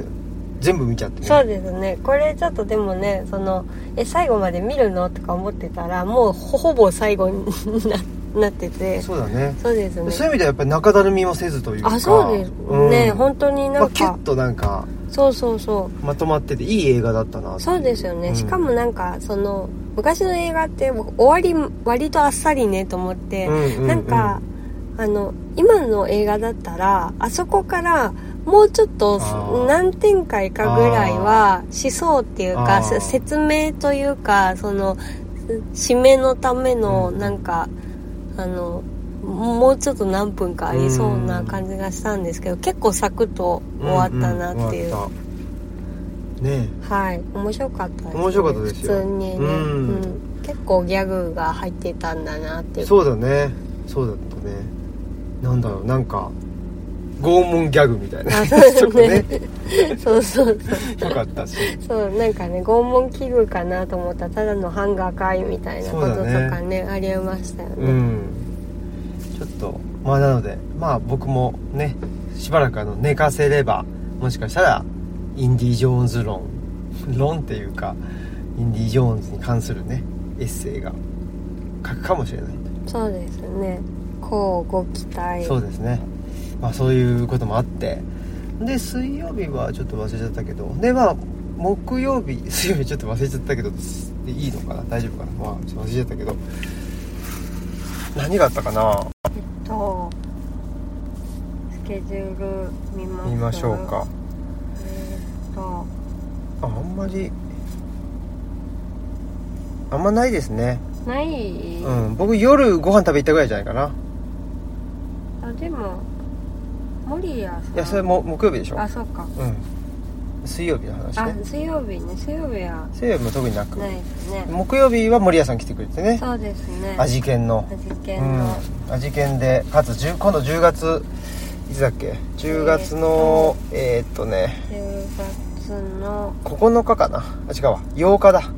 全部見ちゃってねそうですねこれちょっとでもねそのえ最後まで見るのとか思ってたらもうほほぼ最後にななっててそうだねそうですねそういう意味ではやっぱり中だるみもせずというかあそうですね、うん本当になまあ、んキュかッ、となんかそうそうそうまとまってていい映画だったなそうですよね、うんしかもなんかその昔の映画って終わり割とあっさりねと思って、うんうんなんかあの今の映画だったらあそこからもうちょっとー何展開かぐらいはしそうっていうあかー説明というかその締めのためのうんなんか、あのもうちょっと何分かありそうな感じがしたんですけど、結構サクッと終わったなっていう、んん終わったねはい面白かったです、面白かったですよ普通にね、うんうん結構ギャグが入ってたんだなっていえうそうだねそうだったねなんだろうなんか拷問ギャグみたいなあそうで *laughs* すちょっとねね *laughs* そうそうそうよかったしそうなんかね拷問器具かなと思ったらただのハンガーかいみたいなこととそうだかねありえましたようね、んちょっとまあなのでまあ僕もねしばらくあの寝かせればもしかしたらインディ・ジョーンズ論論っていうかインディ・ジョーンズに関するねエッセイが書くかもしれないそうですねこうご期待そうですね、まあ、そういうこともあってで水曜日はちょっと忘れちゃったけどでまあ木曜日 *laughs* 水曜日ちょっと忘れちゃったけどでいいのかな大丈夫かなまあちょっと忘れちゃったけど何があったかなとスケジュール見ます見ましょうかえーっとああんまりあんまないですねない、うん僕夜ご飯食べ行ったぐらいじゃないかなあでも守谷さんいやそれも木曜日でしょあそうかうん水曜日の話あね水曜日ね水曜日は水曜日も特になくないですね木曜日は森谷さん来てくれてねそうですね味見の味系の、うん、味見でかつ10今度10月いつだっけ10月のえーっとね10月の9日かなあ違うわ8日だは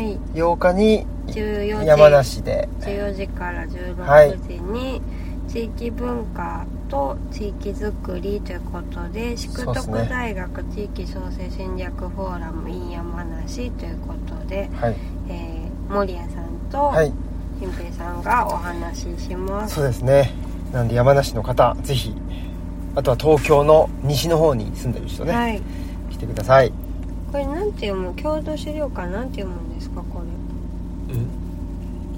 い8日に14時山梨で14時からはい16時に地域文化と地域づくりということで宿そうっす徳ね大学地域創生戦略フォーラム in 山梨ということで、はいえー、森谷さんと、はい新平さんがお話ししますそうですねなんで山梨の方ぜひあとは東京の西の方に住んでる人ね、はい来てくださいこれなんて読む郷土資料館なんて読むんですかこれ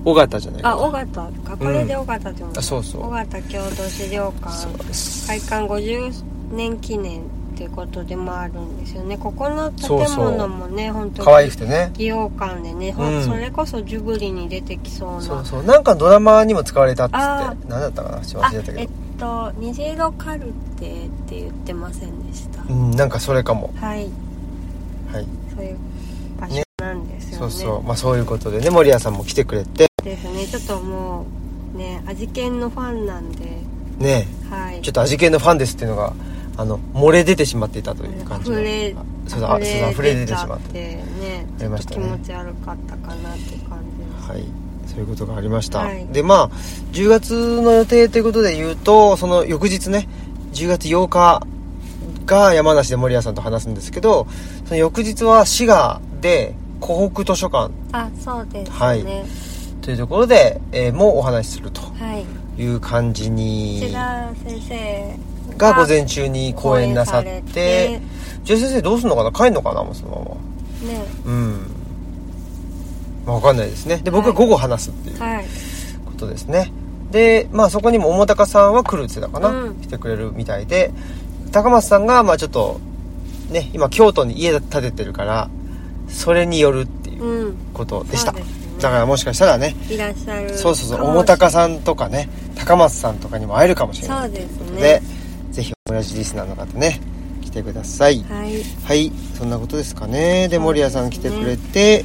尾形じゃないかあな尾形かこれで尾形って読む、あそうそう尾形郷土資料館そうです開館50年記念っていうことでもあるんですよねここの建そうそう物もね本当に可愛くてね企業館でね、ほんうんそれこそジュブリに出てきそうなそうそうなんかドラマにも使われたっつってあ何だったかなちょっとあ忘れたえけっと虹色カルテって言ってませんでした、どうんなんかそれかもはいはいそういう場所ねなんですよねそうそうまあそういうことでね守屋さんも来てくれてですねちょっともうね味見のファンなんでねはいちょっと味系のファンですっていうのがあの漏れ出てしまっていたという感じが溢れそうそうあそうそう溢れ出てしまっってねあちりょまっしとた気ね持ち悪かったかなって感じですはいそういうことがありました、はいでまあ10月の予定ということで言うとその翌日ね10月8日が山梨で森谷さんと話すんですけどその翌日は滋賀で湖北図書館あそうですねはいというところで、えーもうお話しするとはいいう感じに千田先生が午前中に講演なさって講演されてじゃあ先生どうするのかな帰るのかなもうそのねままうんまあわかんないですねで僕ははい午後話すっていうはいことですね、でまあそこにも桃高さんは来るって言ってたかな、うん来てくれるみたいで高松さんがまあちょっとね今京都に家建ててるからそれによるっていううんことでした、そうですねだからもしかしたらねいらっしゃるそうそうそうかも桃高さんとかね高松さんとかにも会えるかもしれなそいうですのでねぜひオムラジリスナーの方ね来てくださいはいはいそんなことですかねでそうですね守屋さん来てくれて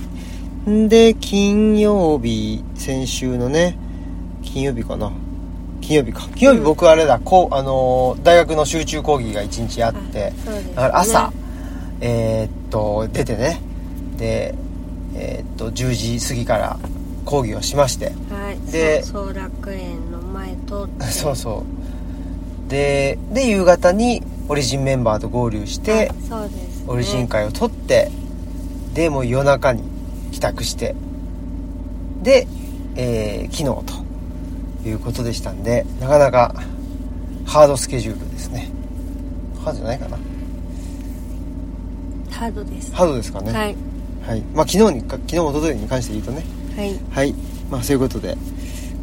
んで金曜日先週のね金曜日かな金曜日か金曜日うん僕あれだ、こうあのー大学の集中講義が1日あってあそうですねだから朝、えーっと出てねでえーっと10時過ぎから講義をしましてはいでそう総楽園の前通って *laughs* そうそうでで夕方にオリジンメンバーと合流してあそうですねオリジン会を取ってでもう夜中に帰宅してで、えー昨日ということでしたんでなかなかハードスケジュールですねハードじゃないかなハードですハードですかねはいはいまあ、昨日にか昨日一昨日に関して言うとねはいはいまあそういうことで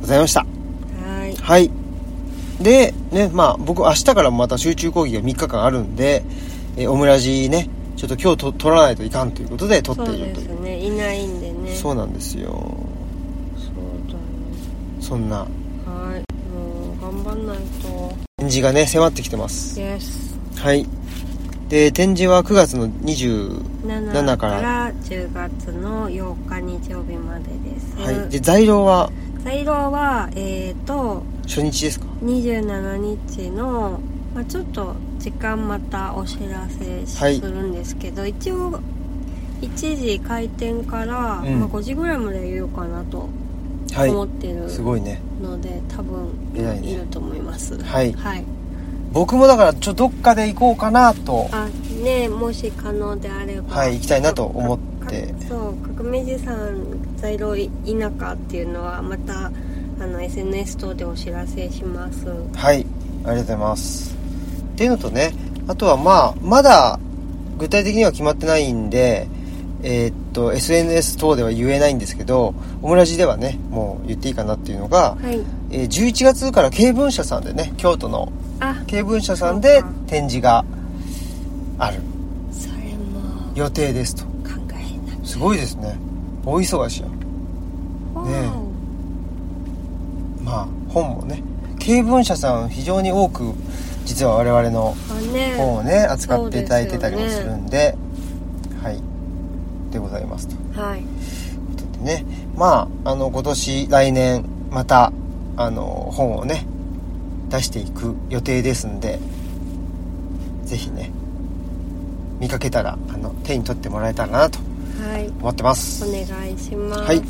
ございましたはいはい。で、ね、まあ、僕、明日からもまた集中講義が3日間あるんで、えーオムラジね、ちょっと今日と取らないといかんということで、取ってそういるでといすう。ねいないんでねそううなんですよ。そうだねそんな、はいもう頑張んないと展示がね、迫ってきてます。ですはい。で、展示は9月の20、 7 7かからら10月の8日日曜日までです、はい。で、材料は材料はえっ、ー、と初日ですか27日の、まあ、ちょっと時間またお知らせしはいするんですけど、一応1時開店から、うんまあ、5時ぐらいまで言おうかなとは思っい。てるすごいね。ので、多偉い分ねいると思いますはいはい、僕もだから、ちょ、どっかで行こうかなと、あねもし可能であればはい、行きたいなと思ってか。そう革命児さん在廊い田舎っていうのはまたあの SNS 等でお知らせしますはい、ありがとうございます。っていうのとね、あとはまあ、まだ具体的には決まってないんで、えーっと、SNS 等では言えないんですけど、オムラジではね、もう言っていいかなっていうのが、はいえー11月から軽文社さんでね、京都のあ軽文社さんでそうか展示があるそれも予定ですと。考えなすごいですね。大忙しや。ねまあ、本もね。軽文社さん非常に多く、実は我々のあね本をね扱っていただいてたりもするんではいでございますというはいことでねまああの今年来年またあの本をね出していく予定ですんでぜひね見かけたらあの手に取ってもらえたらなとはい思ってますお願いしますはい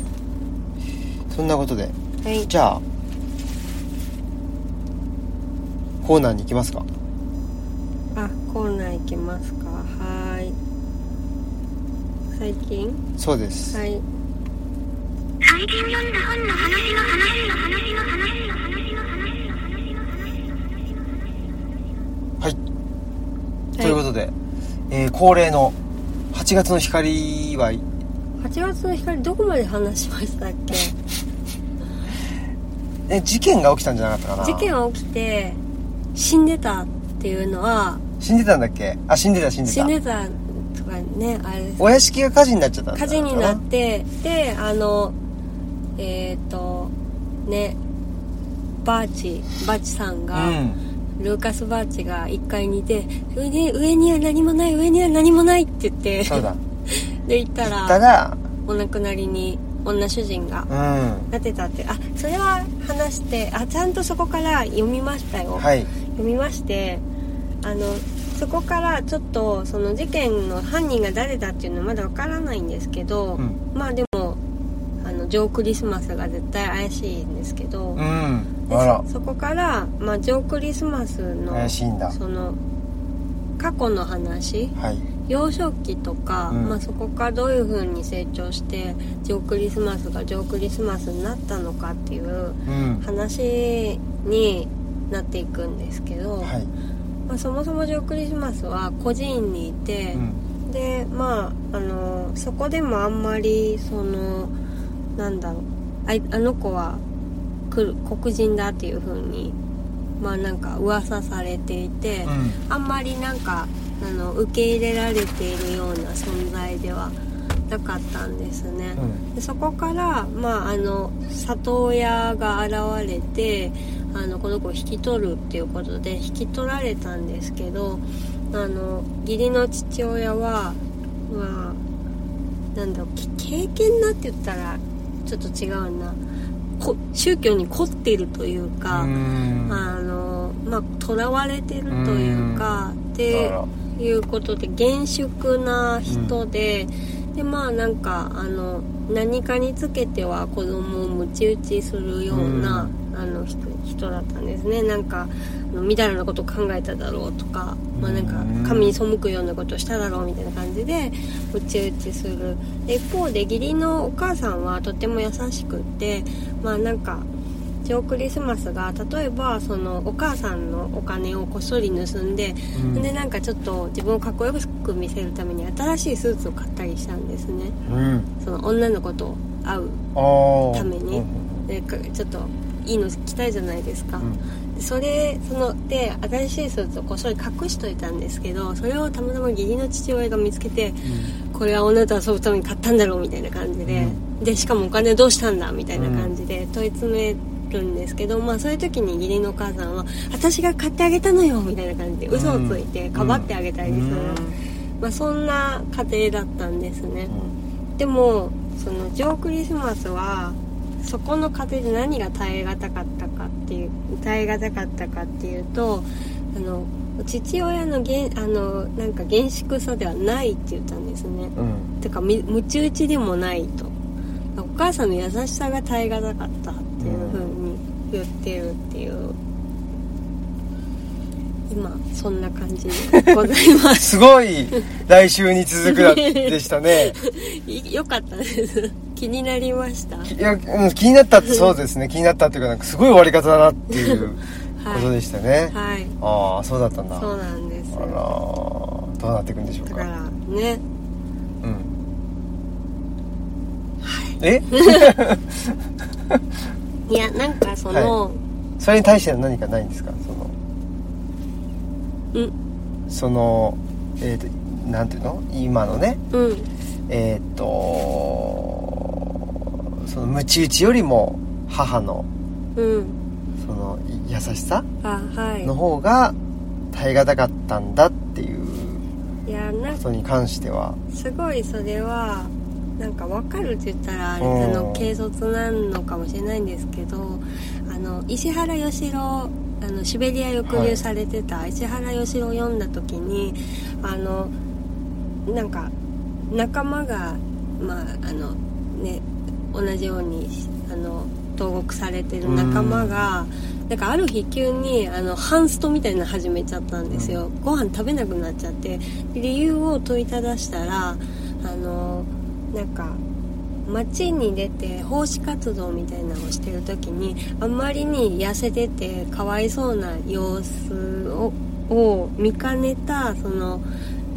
そんなことではいじゃあコーナーに行きますかあコーナー行きますかはい最近そうです、はいはい。第14の本の話の話の話の話の話の話の話の話の話の話の話の話はい、ということで、えー恒例の8月の光は8月の光どこまで話しましたっけえ事件が起きたんじゃなかったかな事件は起きて死んでたっていうのは死んでたんだっけあ死んでた死んでた死んでたとかねあれですお屋敷が火事になっちゃったんだ火事になってであのえっ、とねバーチバーチさんが、うんルーカス・バーチが1階にいて上に上には何もない上には何もないって言って *laughs* そうだで行ったたらだお亡くなりに女主人がうんなってたってあそれは話してあちゃんとそこから読みましたよ、はい読みましてあのそこからちょっとその事件の犯人が誰だっていうのはまだわからないんですけど、うんまあでもあのジョー・クリスマスが絶対怪しいんですけど、うでんあらそそこから、まあ、ジョー・クリスマスの怪しいんだその過去の話はい幼少期とか、うんまあ、そこからどういう風に成長してジョー・クリスマスがジョー・クリスマスになったのかっていううん話になっていくんですけど、はいまあ、そもそもジョー・クリスマスは孤児院にいてう、んでまああのそこでもあんまりそのなんだろうあいあの子は黒黒人だっていう風にまあなんか噂されていて、うんあんまりなんかあの受け入れられているような存在ではなかったんですね、うんでそこから、まあ、あの里親が現れてあのこの子を引き取るっていうことで引き取られたんですけどあの義理の父親は、まあ、なんだろうけ経験なって言ったらちょっと違うなこ宗教に凝っているというか、うんあのまあ囚われてるというかってあらいうことで厳粛な人で、でまあなんかあの何かにつけては子供をムチ打ちするような、あの人人だったんですねなんかあのみだらなことを考えただろうとか、まあ、なんうんか神に背くようなことをしただろうみたいな感じでムチ打ちするで一方で義理のお母さんはとても優しくってまあなんかジョー・クリスマスが例えばそのお母さんのお金をこっそり盗んで、うんでなんかちょっと自分をかっこよく見せるために新しいスーツを買ったりしたんですねうんその女の子と会うあーためにうんでかちょっといいの着たいじゃないですか、うんでそれそので新しいスーツをこっそり隠しといたんですけどそれをたまたま義理の父親が見つけてこれは女と遊ぶために買ったんだろうみたいな感じで、うんでしかもお金どうしたんだみたいな感じで問い詰めるんですけど、まあそういう時に義理のお母さんは私が買ってあげたのよみたいな感じで嘘をついてかばってあげたりする、まあそんな家庭だったんですね、うんでもそのジョークリスマスはそこの過程で何が耐え難かったかっていう耐え難かったかっていうとあの父親のげんあのなんか厳粛さではないって言ったんですねうんてかみむち打ちでもないとお母さんの優しさが耐え難かったっていうふうに言ってるっていう今そんな感じでございますすごい来週に続くだでしたねいよかったです *laughs* 気になりましたいや、うん、気になったってそうですね気になったっていうかなんかすごい終わり方だなっていうことでしたね、はいああそうだったんだそうなんですあらだどうなっていくんでしょうかからねうんえいやなんかその、それに対しての何かないんですかそのうんそのえっ、となんていうの今のねうんえっ、とそのムチ打ちよりも母のうんそのい優しさあはいの方が耐え難かったんだっていういやなこんかとに関してはすごいそれはなんか分かるって言ったらあれあうんの軽率なのかもしれないんですけどあの石原義郎あのシベリア抑留されてた石原義郎を読んだ時にあのなんか仲間がまああのね同じようにあの投獄されてる仲間が、なんかある日急にあのハンストみたいなの始めちゃったんですよ、ご飯食べなくなっちゃって理由を問いただしたらあのなんか街に出て奉仕活動みたいなのをしてる時にあまりに痩せててかわいそうな様子をを見かねたその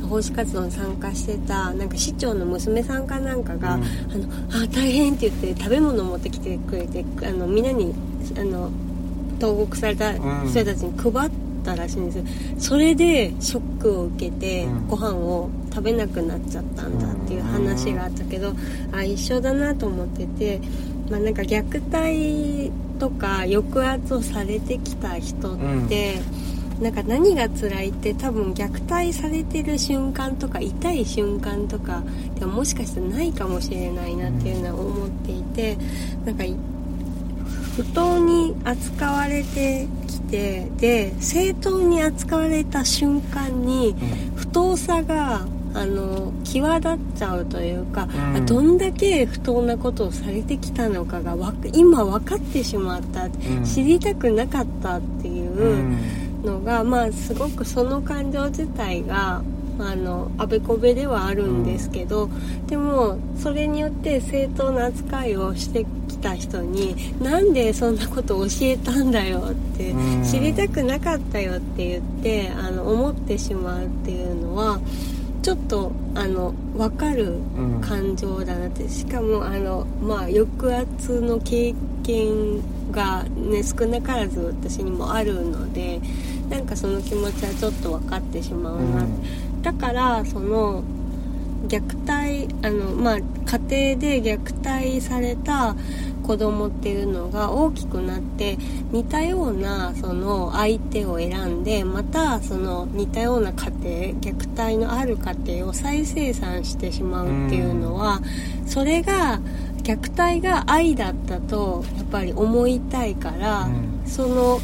奉仕活動に参加してたなんか市長の娘さんかなんかがう「んあのあ大変」って言って食べ物持ってきてくれてあのみんなにあの投獄されたうん人たちに配ったらしいんですよ、それでショックを受けてうんご飯を食べなくなっちゃったんだっていう話があったけどあ一緒だなと思ってて。まあ、なんか虐待とか抑圧をされてきた人って、なんか何が辛いって多分虐待されてる瞬間とか痛い瞬間とかでももしかしたらないかもしれないなっていうのは思っていて、なんかい不当に扱われてきてで正当に扱われた瞬間に不当さがあの際立っちゃうというか、うんあどんだけ不当なことをされてきたのかがわ今分かってしまった、ん知りたくなかったっていう。うんのが、まあ、すごくその感情自体があのあべこべではあるんですけど、でもそれによって正当な扱いをしてきた人になんでそんなこと教えたんだよって、うん知りたくなかったよって言ってあの思ってしまうっていうのはちょっとあの分かるうん感情だなってしかもあの、まあ、抑圧の経験が、ね、少なからず私にもあるのでなんかその気持ちはちょっと分かってしまうな、だからその虐待あの、まあ、家庭で虐待された子供っていうのが大きくなって似たようなその相手を選んでまたその似たような家庭虐待のある家庭を再生産してしまうっていうのはそれが虐待が愛だったとやっぱり思いたいからうんその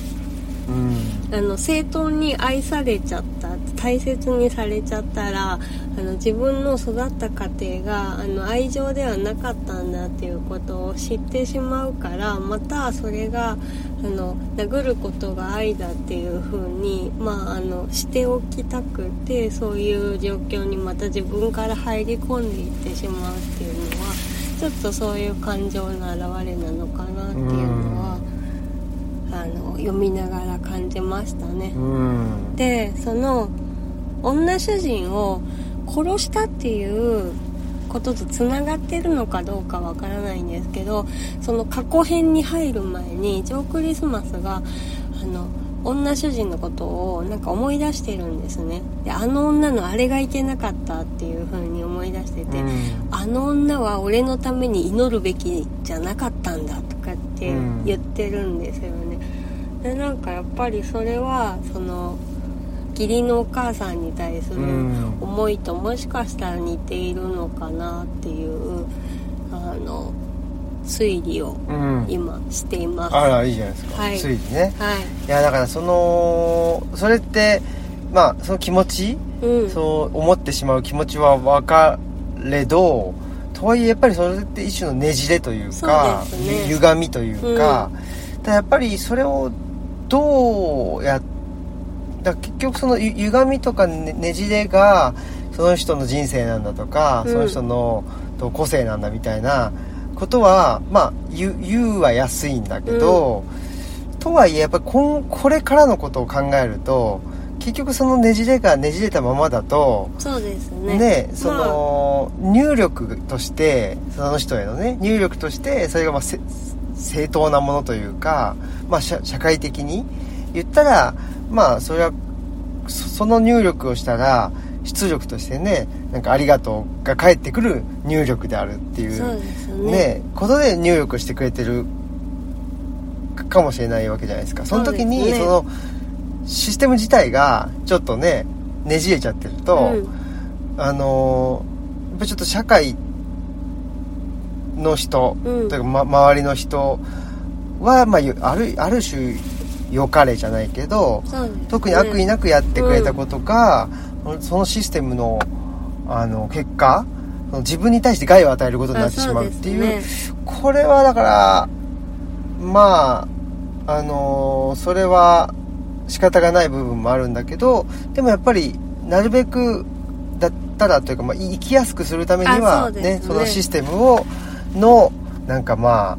うんあの正当に愛されちゃった大切にされちゃったらあの自分の育った家庭があの愛情ではなかったんだっていうことを知ってしまうからまたそれがあの殴ることが愛だっていう風にまああのしておきたくてそういう状況にまた自分から入り込んでいってしまうっていうのはちょっとそういう感情の表れなのかなっていうのは。あの読みながら感じましたねう、んでその女主人を殺したっていうこととつながってるのかどうかわからないんですけどその過去編に入る前にジョー・クリスマスがあの女主人のことをなんか思い出してるんですねであの女のあれがいけなかったっていう風に思い出してて、うんあの女は俺のために祈るべきじゃなかったんだとかってうん言ってるんですよね、でなんかやっぱりそれはその義理のお母さんに対するうん思いともしかしたら似ているのかなっていうあの推理をうん今しています、あらいいじゃないですか、はいついにねはいいやだからそのそれってまあその気持ち、うんそう思ってしまう気持ちは分かれどとはいえやっぱりそれって一種のねじれというかそうですねゆ歪みというか、ただやっぱりそれをどうやっだから結局そのゆ歪みとかねねじれがその人の人生なんだとか、うんその人のと個性なんだみたいなことはまあ言う言うは安いんだけど、とはいえやっぱりこんこれからのことを考えると結局そのねじれがねじれたままだとそうですねねその、入力としてその人へのね入力としてそれがまあせ正当なものというか、まあ、社社会的に言ったらまあそれはそその入力をしたら出力としてねなんか「ありがとう」が返ってくる入力であるっていそうですねね、ことで入力してくれてるかかもしれないわけじゃないですかその時そうにですねそのシステム自体がちょっとねねじれちゃってると、うんあのーやっぱちょっと社会の人、うんというか、ま、周りの人は、まあ、ゆあるある種良かれじゃないけどそうですね特に悪意なくやってくれたことが、そのシステムのあの結果その自分に対して害を与えることになってしまうっていうあそうですこれはだからまああのーそれは仕方がない部分もあるんだけどでもやっぱりなるべくだったらというか、まあ、生きやすくするためにあそはうですねねそのシステムをのなんかまあ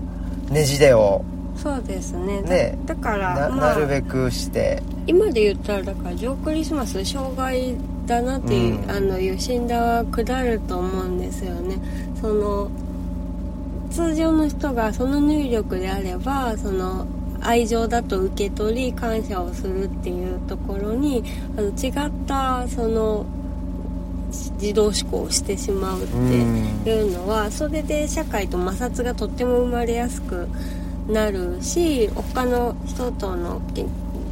ねじれをそうですねねだだからな,、まあ、なるべくして今で言ったらだからジョークリスマス障害だなっていう、うんあのいう診断は下ると思うんですよねその通常の人がその入力であればその愛情だと受け取り感謝をするっていうところにあの違ったそのじ自動思考をしてしまうっていうのはそれで社会と摩擦がとっても生まれやすくなるし他の人とのき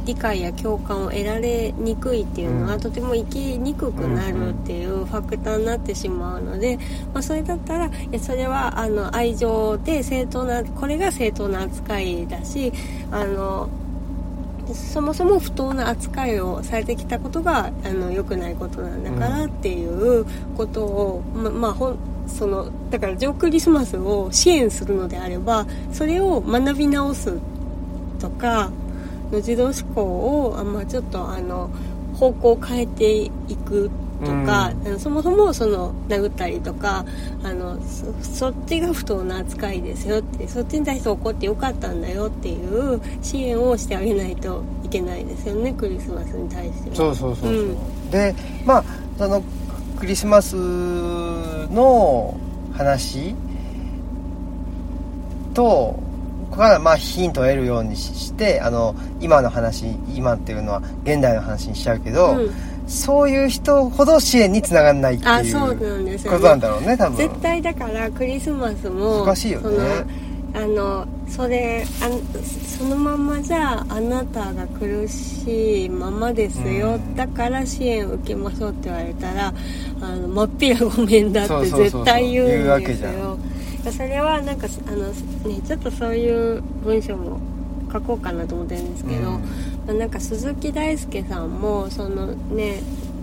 理解や共感を得られにくいっていうのうはんとても生きにくくなるっていうファクターになってしまうので、まあ、それだったらいやそれはあの愛情で正当なこれが正当な扱いだしあのそもそも不当な扱いをされてきたことがあの良くないことなんだからっていうことを、ままあほんそのだからジョークリスマスを支援するのであればそれを学び直すとかの自動思考を、あまあ、ちょっとあの方向を変えていくとか、あのそもそもその殴ったりとかあのそそっちが不当な扱いですよってそっちに対して怒ってよかったんだよっていう支援をしてあげないといけないですよねクリスマスに対しては。そうそうそうそう、うでまあそのクリスマスの話とここからまあヒントを得るようにししてあの今の話今っていうのは現代の話にしちゃうけど、うんそういう人ほど支援につながらないってあいそうなんうですよねことなんだろうね多分絶対だからクリスマスも難しいよねそのあのそれあんそのままじゃあなたが苦しいままですよ、うんだから支援受けましょうって言われたらあの真っ平ごめんだそっうてそうそうそう絶対言言うわうんけですじゃよそれはなんかあの、ね、ちょっとそういう文章も書こうかなと思ってるんですけど、うんまあなんか鈴木大輔さんもそのね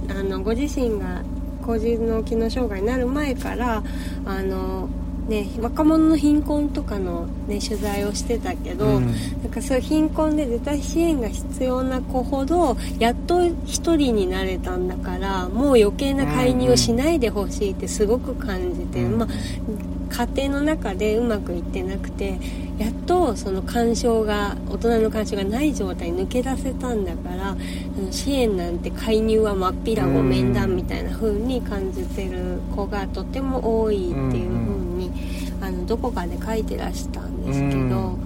あのご自身が高次の機能障害になる前からあの、ね、若者の貧困とかの、ね、取材をしてたけど、うんなんかそういう貧困で絶対支援が必要な子ほどやっと一人になれたんだからもう余計な介入をしないでほしいってすごく感じて、うんまあ、家庭の中でうまくいってなくてやっとその干渉が大人の干渉がない状態に抜け出せたんだからあの支援なんて介入は真っ平ごめんだうんみたいな風に感じてる子がとても多いっていう風にあのどこかで書いてらしたんですけど。うん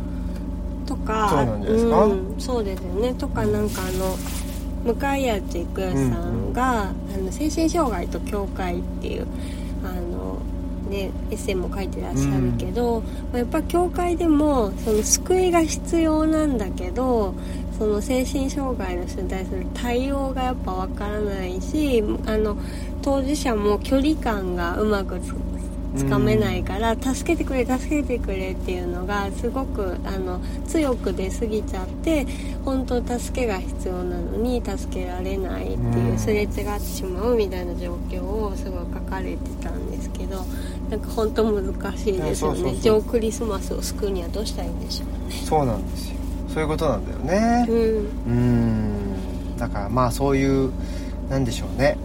とかそうなんじゃないですかうんそうですよねとかなんかあの向井谷と郁義さんが、あの精神障害と教会っていうあの、ね、エッセイも書いてらっしゃるけど、まあやっぱ教会でもその救いが必要なんだけどその精神障害の人に対する対応がやっぱわからないしあの当事者も距離感がうまくつつかめないから、助けてくれ助けてくれっていうのがすごくあの強く出過ぎちゃって本当助けが必要なのに助けられないっていう、うんすれ違ってしまうみたいな状況をすごい書かれてたんですけどなんか本当難しいですねそうそようそねうジョークリスマスを救うにはどうしたらいいんでしょそうなんですよそういうことなんだよねう、う *laughs* んうーんだからまあそういうなんでしょうね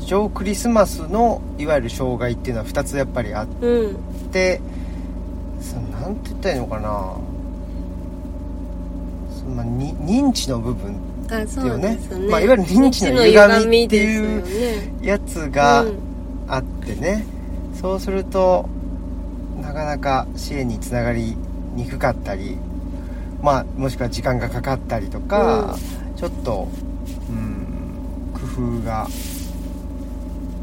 ジョークリスマスのいわゆる障害っていうのは2つやっぱりあっうんてそのなんて言ったらいいのかなそのまあに認知の部分あそうですねまあいわゆる認知の歪みっていう認知の歪みですよねやつがうんあってね、そうするとなかなか支援につながりにくかったりまあもしくは時間がかかったりとか、ちょっと、うん、工夫が、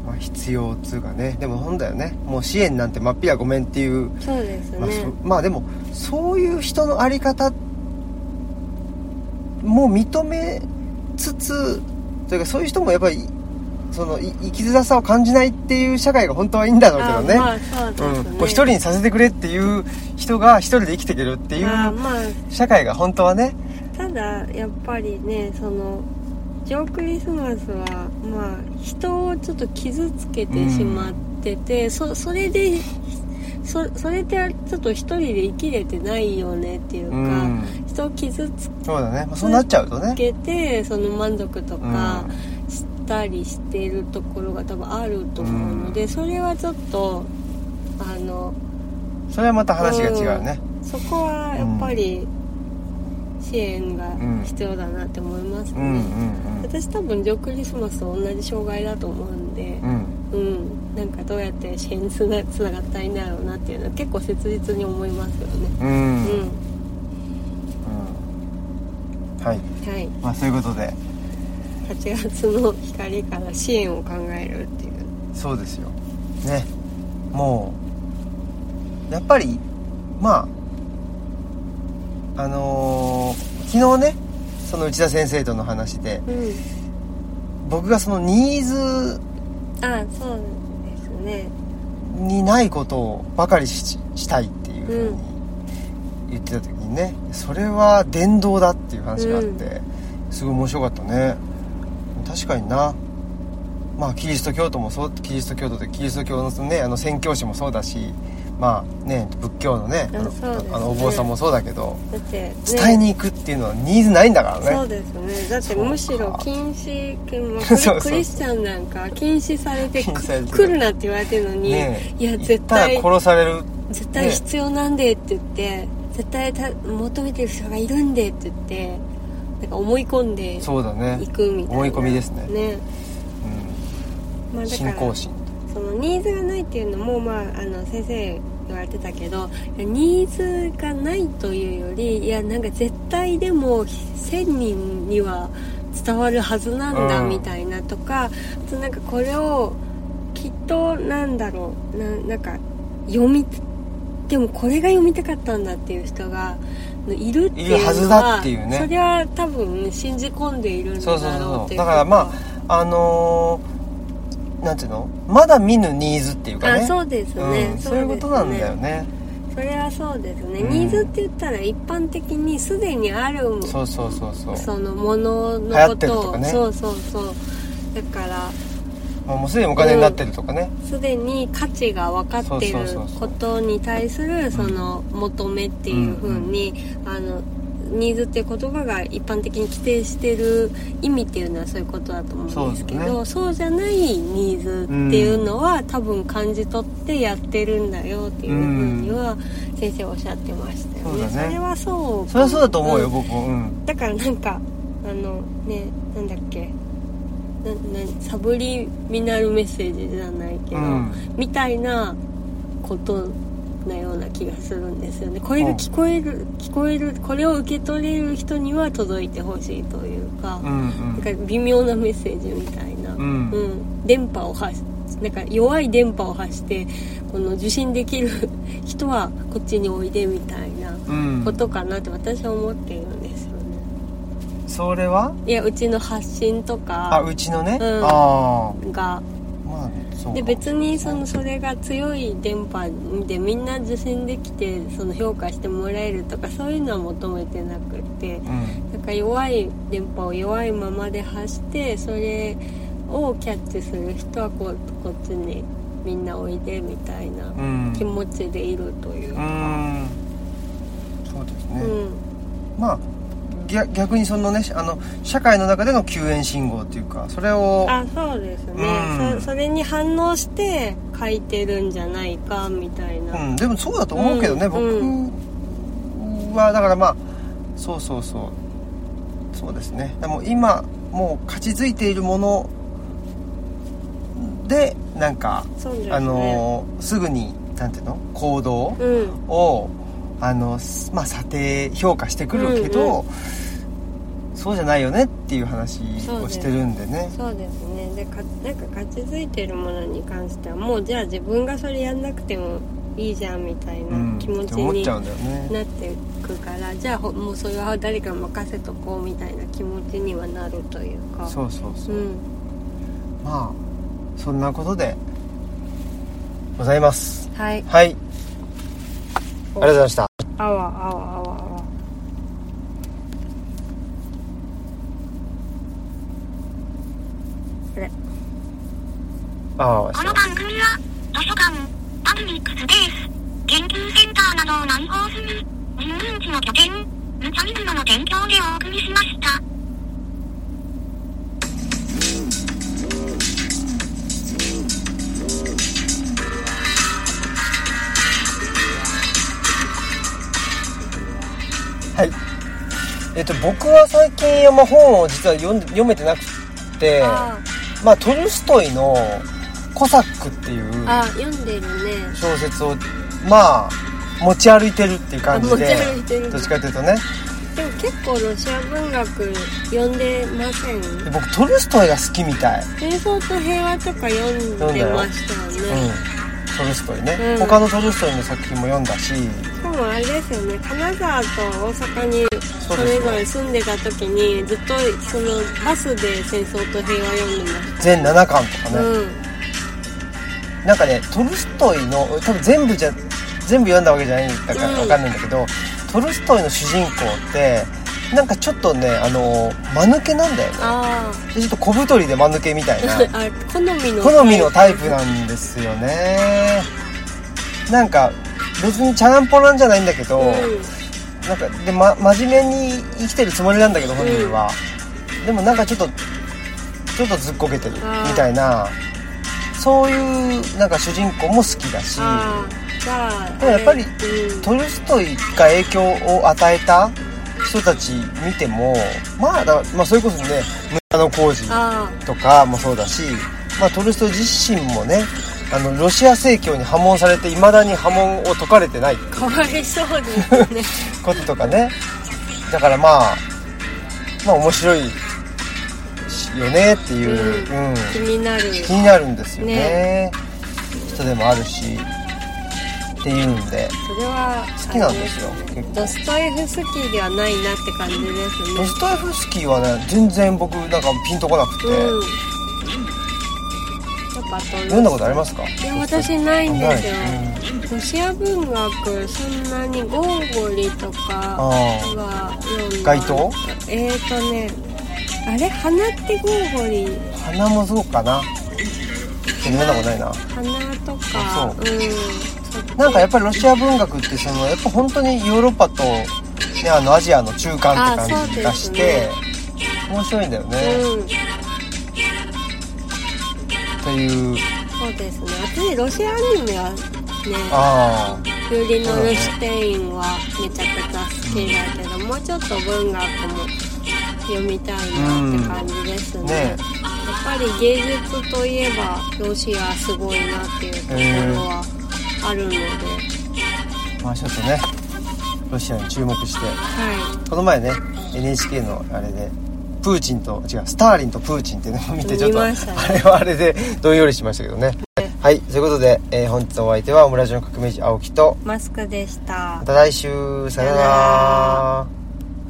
まあ、必要っつうかねでも本だよねもう支援なんてまっぴらごめんっていう、そうですね、まあそまあでもそういう人の在り方も認めつつというかそういう人もやっぱりそのい生きづらさを感じないっていう社会が本当はいいんだろうけどね。あまあそうですねうん、こう一人にさせてくれっていう人が一人で生きていけるっていあうまあ社会が本当はねただやっぱりねそのジョークリスマスはまあ人をちょっと傷つけてしまってて、そそれでそそれってちょっと一人で生きれてないよねっていうか、うん人を傷つそうだね、まあ、そうなっちゃうとねけてその満足とかうんしたりしてるところが多分あると思うので、それはちょっとあのそれはまた話が違うね、うんそこはやっぱり支援が必要だなって思いますうね、ん、うんうん私多分ジョークリスマスと同じ障害だと思うんでうんうん、なんかどうやって支援につなつながったらいいんだろうなっていうのは結構切実に思いますよねうんううんんはいはいまあそういうことで8月の光から支援を考えるっていうそうですよねもうやっぱりまああのー昨日ねその内田先生との話でうん僕がそのニーズあそうですねにないことをばかりししたいっていうふうに言ってた時にね、それは伝道だっていう話があって、すごい面白かったね確かになまあキリスト教徒もそうキリスト教徒でキリスト教の,、ね、あの宣教師もそうだしまあね仏教のねあのあそうですねあのお坊さんもそうだけど、だって、ね、伝えに行くっていうのはニーズないんだからねそうですねだってむしそうろか禁止権もそうそうクリスチャンなんか禁止されて禁止されてる来るなって言われてるのに、ねいや行絶ったら対殺される絶対ね必要なんでって言って、絶対た求めてる人がいるんでって言ってなんか思い込んでそうだねいくみたいな思い込みですねね、まうあ、ん、だ信か仰ら心そのニーズがないっていうのも、まあ、あの先生言われてたけどいやニーズがないというよりいやなんか絶対でも1000人には伝わるはずなんだうんみたいなとか、あとなんかこれをきっとなんだろうななんか読みでもこれが読みたかったんだっていう人がいるっていうのいるはずだっていうねそれは多分信じ込んでいるんだそろうそうそううそっうていうだからまああのー、なんていうのまだ見ぬニーズっていうかねあそうですね、ん、そそういうでこすとなんだねよねそれはそうですね、うんニーズって言ったら一般的にすでにあるそうそうそうそうそのもの流行のこってるととをかねそうそうそうだからもうもうすでにお金になってるとかね、すでに価値が分かってそうるそうそうそうことに対するその求めっていう風に、あのニーズっていう言葉が一般的に規定してる意味っていうのはそういうことだと思うんですけどそうじゃないニーズっていうのは、多分感じ取ってやってるんだよっていう風には先生おっしゃってましたよね。そうだねれはそうそりゃそうだと思うよ、ん僕もうんだからなんかあのねなんだっけななサブリミナルメッセージじゃないけど、うんみたいなことなような気がするんですよねこれが聞こえる、聞こえるこれを受け取れる人には届いてほしいというか、うなんんか微妙なメッセージみたいな、うんうんうん、電波を発しなんか弱い電波を発してこの受信できる *laughs* 人はこっちにおいでみたいなうんことかなって私は思っているんですよねそれはいやうちの発信とあかうちのね、うんあがあまあそうかで別にそのそれが強い電波でみんな受信できてその評価してもらえるとかそういうのは求めてなくてうんなんか弱い電波を弱いままで発してそれをキャッチする人はこうこっちにみんなおいでみたいなうん気持ちでいるといううか。んそうですね、うんまあ逆逆にそのねあの社会の中での救援信号っていうかそれをあそうですね、うんそそれに反応して書いてるんじゃないかみたいな、うん、でもそうだと思うけどね、うん僕はだからまあそうそうそうそうですねでも今もう勝ち付いているものでなんか、そうですねあのすぐになんていうの行動うんを、あのすまあ査定評価してくるけど、そうじゃないよねっていう話そをうですしてるんでねそうですねでかなんか勝ち付いてるものに関してはもうじゃあ自分がそれやんなくてもいいじゃんみたいうんな気持ってち思っにちゃうんだよねなってくから、じゃあほもうそれは誰かに任せとこうみたいな気持ちにはなるというかそうそうそう、うんまあそんなことでございますはいはいありがとうございましたあわあわあわあわあれああこの番組は図書館、パブリックスペース、研究センターなどを内包する人文地の拠点、ルチャリズムの提供でお送りしました。えっと、僕は最近あんま本を実は読んで読めてなくてあまあ、トルストイの「コサック」っていうーあ読んでるね小説をまあ持ち歩いてるっていう感じであ持ち歩いてるどっちかっていうとねでも結構ロシア文学読んでませんで僕トルストイが好きみたい、戦争と平和とか読んでましたうよんね、トルストイね、うん他のトルストイの作品も読んだししかもあれですよね金沢と大阪にそうですねそれぞれ住んでた時にずっとそのバスで戦争と平和読んでまし全7巻とた、かね、うんなんかねトルストイの多分全部じゃ全部読んだわけじゃないんだからうんわかんないんだけど、トルストイの主人公ってなんかちょっとねあの間抜けなんだよねあでちょっと小太りで間抜けみたい *laughs* なーあ好みの好みのタイプなんですよねなんか別にチャランポランじゃないんだけど、うんなんかで、ま、真面目に生きてるつもりなんだけど本人は、でもなんかちょっとちょっとずっこけてるみあーたいなそういうなんか主人公も好きだしあーじゃあでもやっぱりあれうんトルストイが影響を与えた人たち見てもまあだから、まあ、それこそね村の工事あとかもそうだし、まあ、トルストイ自身もねあのロシア正教に破門されていまだに破門を解かれてないあかわいそうですねこととかねだからまあまあ面白いしよねっていう、うん気になる気になるんですよねね人でもあるしっていうんでそれは好きなんですよあれね結構ドストエフスキーではないなって感じですドストエフスキーはね全然僕なんかピンとこなくて、ねうんやっぱと読んだことありますかいや私ないんですよないロシア文学そんなにゴーゴリとかああは読んだ街頭えーとねあれ花ってゴーゴリ花もそうかな読んだことないな花とかあうんそっちなんかやっぱりロシア文学ってそのやっぱ本当にヨーロッパと、ね、あのアジアの中間って感じがして、あ面白いんだよね、うんというそうですね私ロシアアニメはねあユーリノルシュテインはめちゃくちゃ好きだけど、もうちょっと文学も読みたいなって感じですね,、うんねやっぱり芸術といえばロシアすごいなっていうところはあるので、あまあちょっとねロシアに注目してはこの前ね NHK のあれでプーチンと違うスターリンとプーチンっていうのを見てちょっと、見あましたねれはあれでどんよりしましたけどねはいということで、えー本日のお相手はオムラジオの革命児青木といマスクでしたまた来週さよなさよなら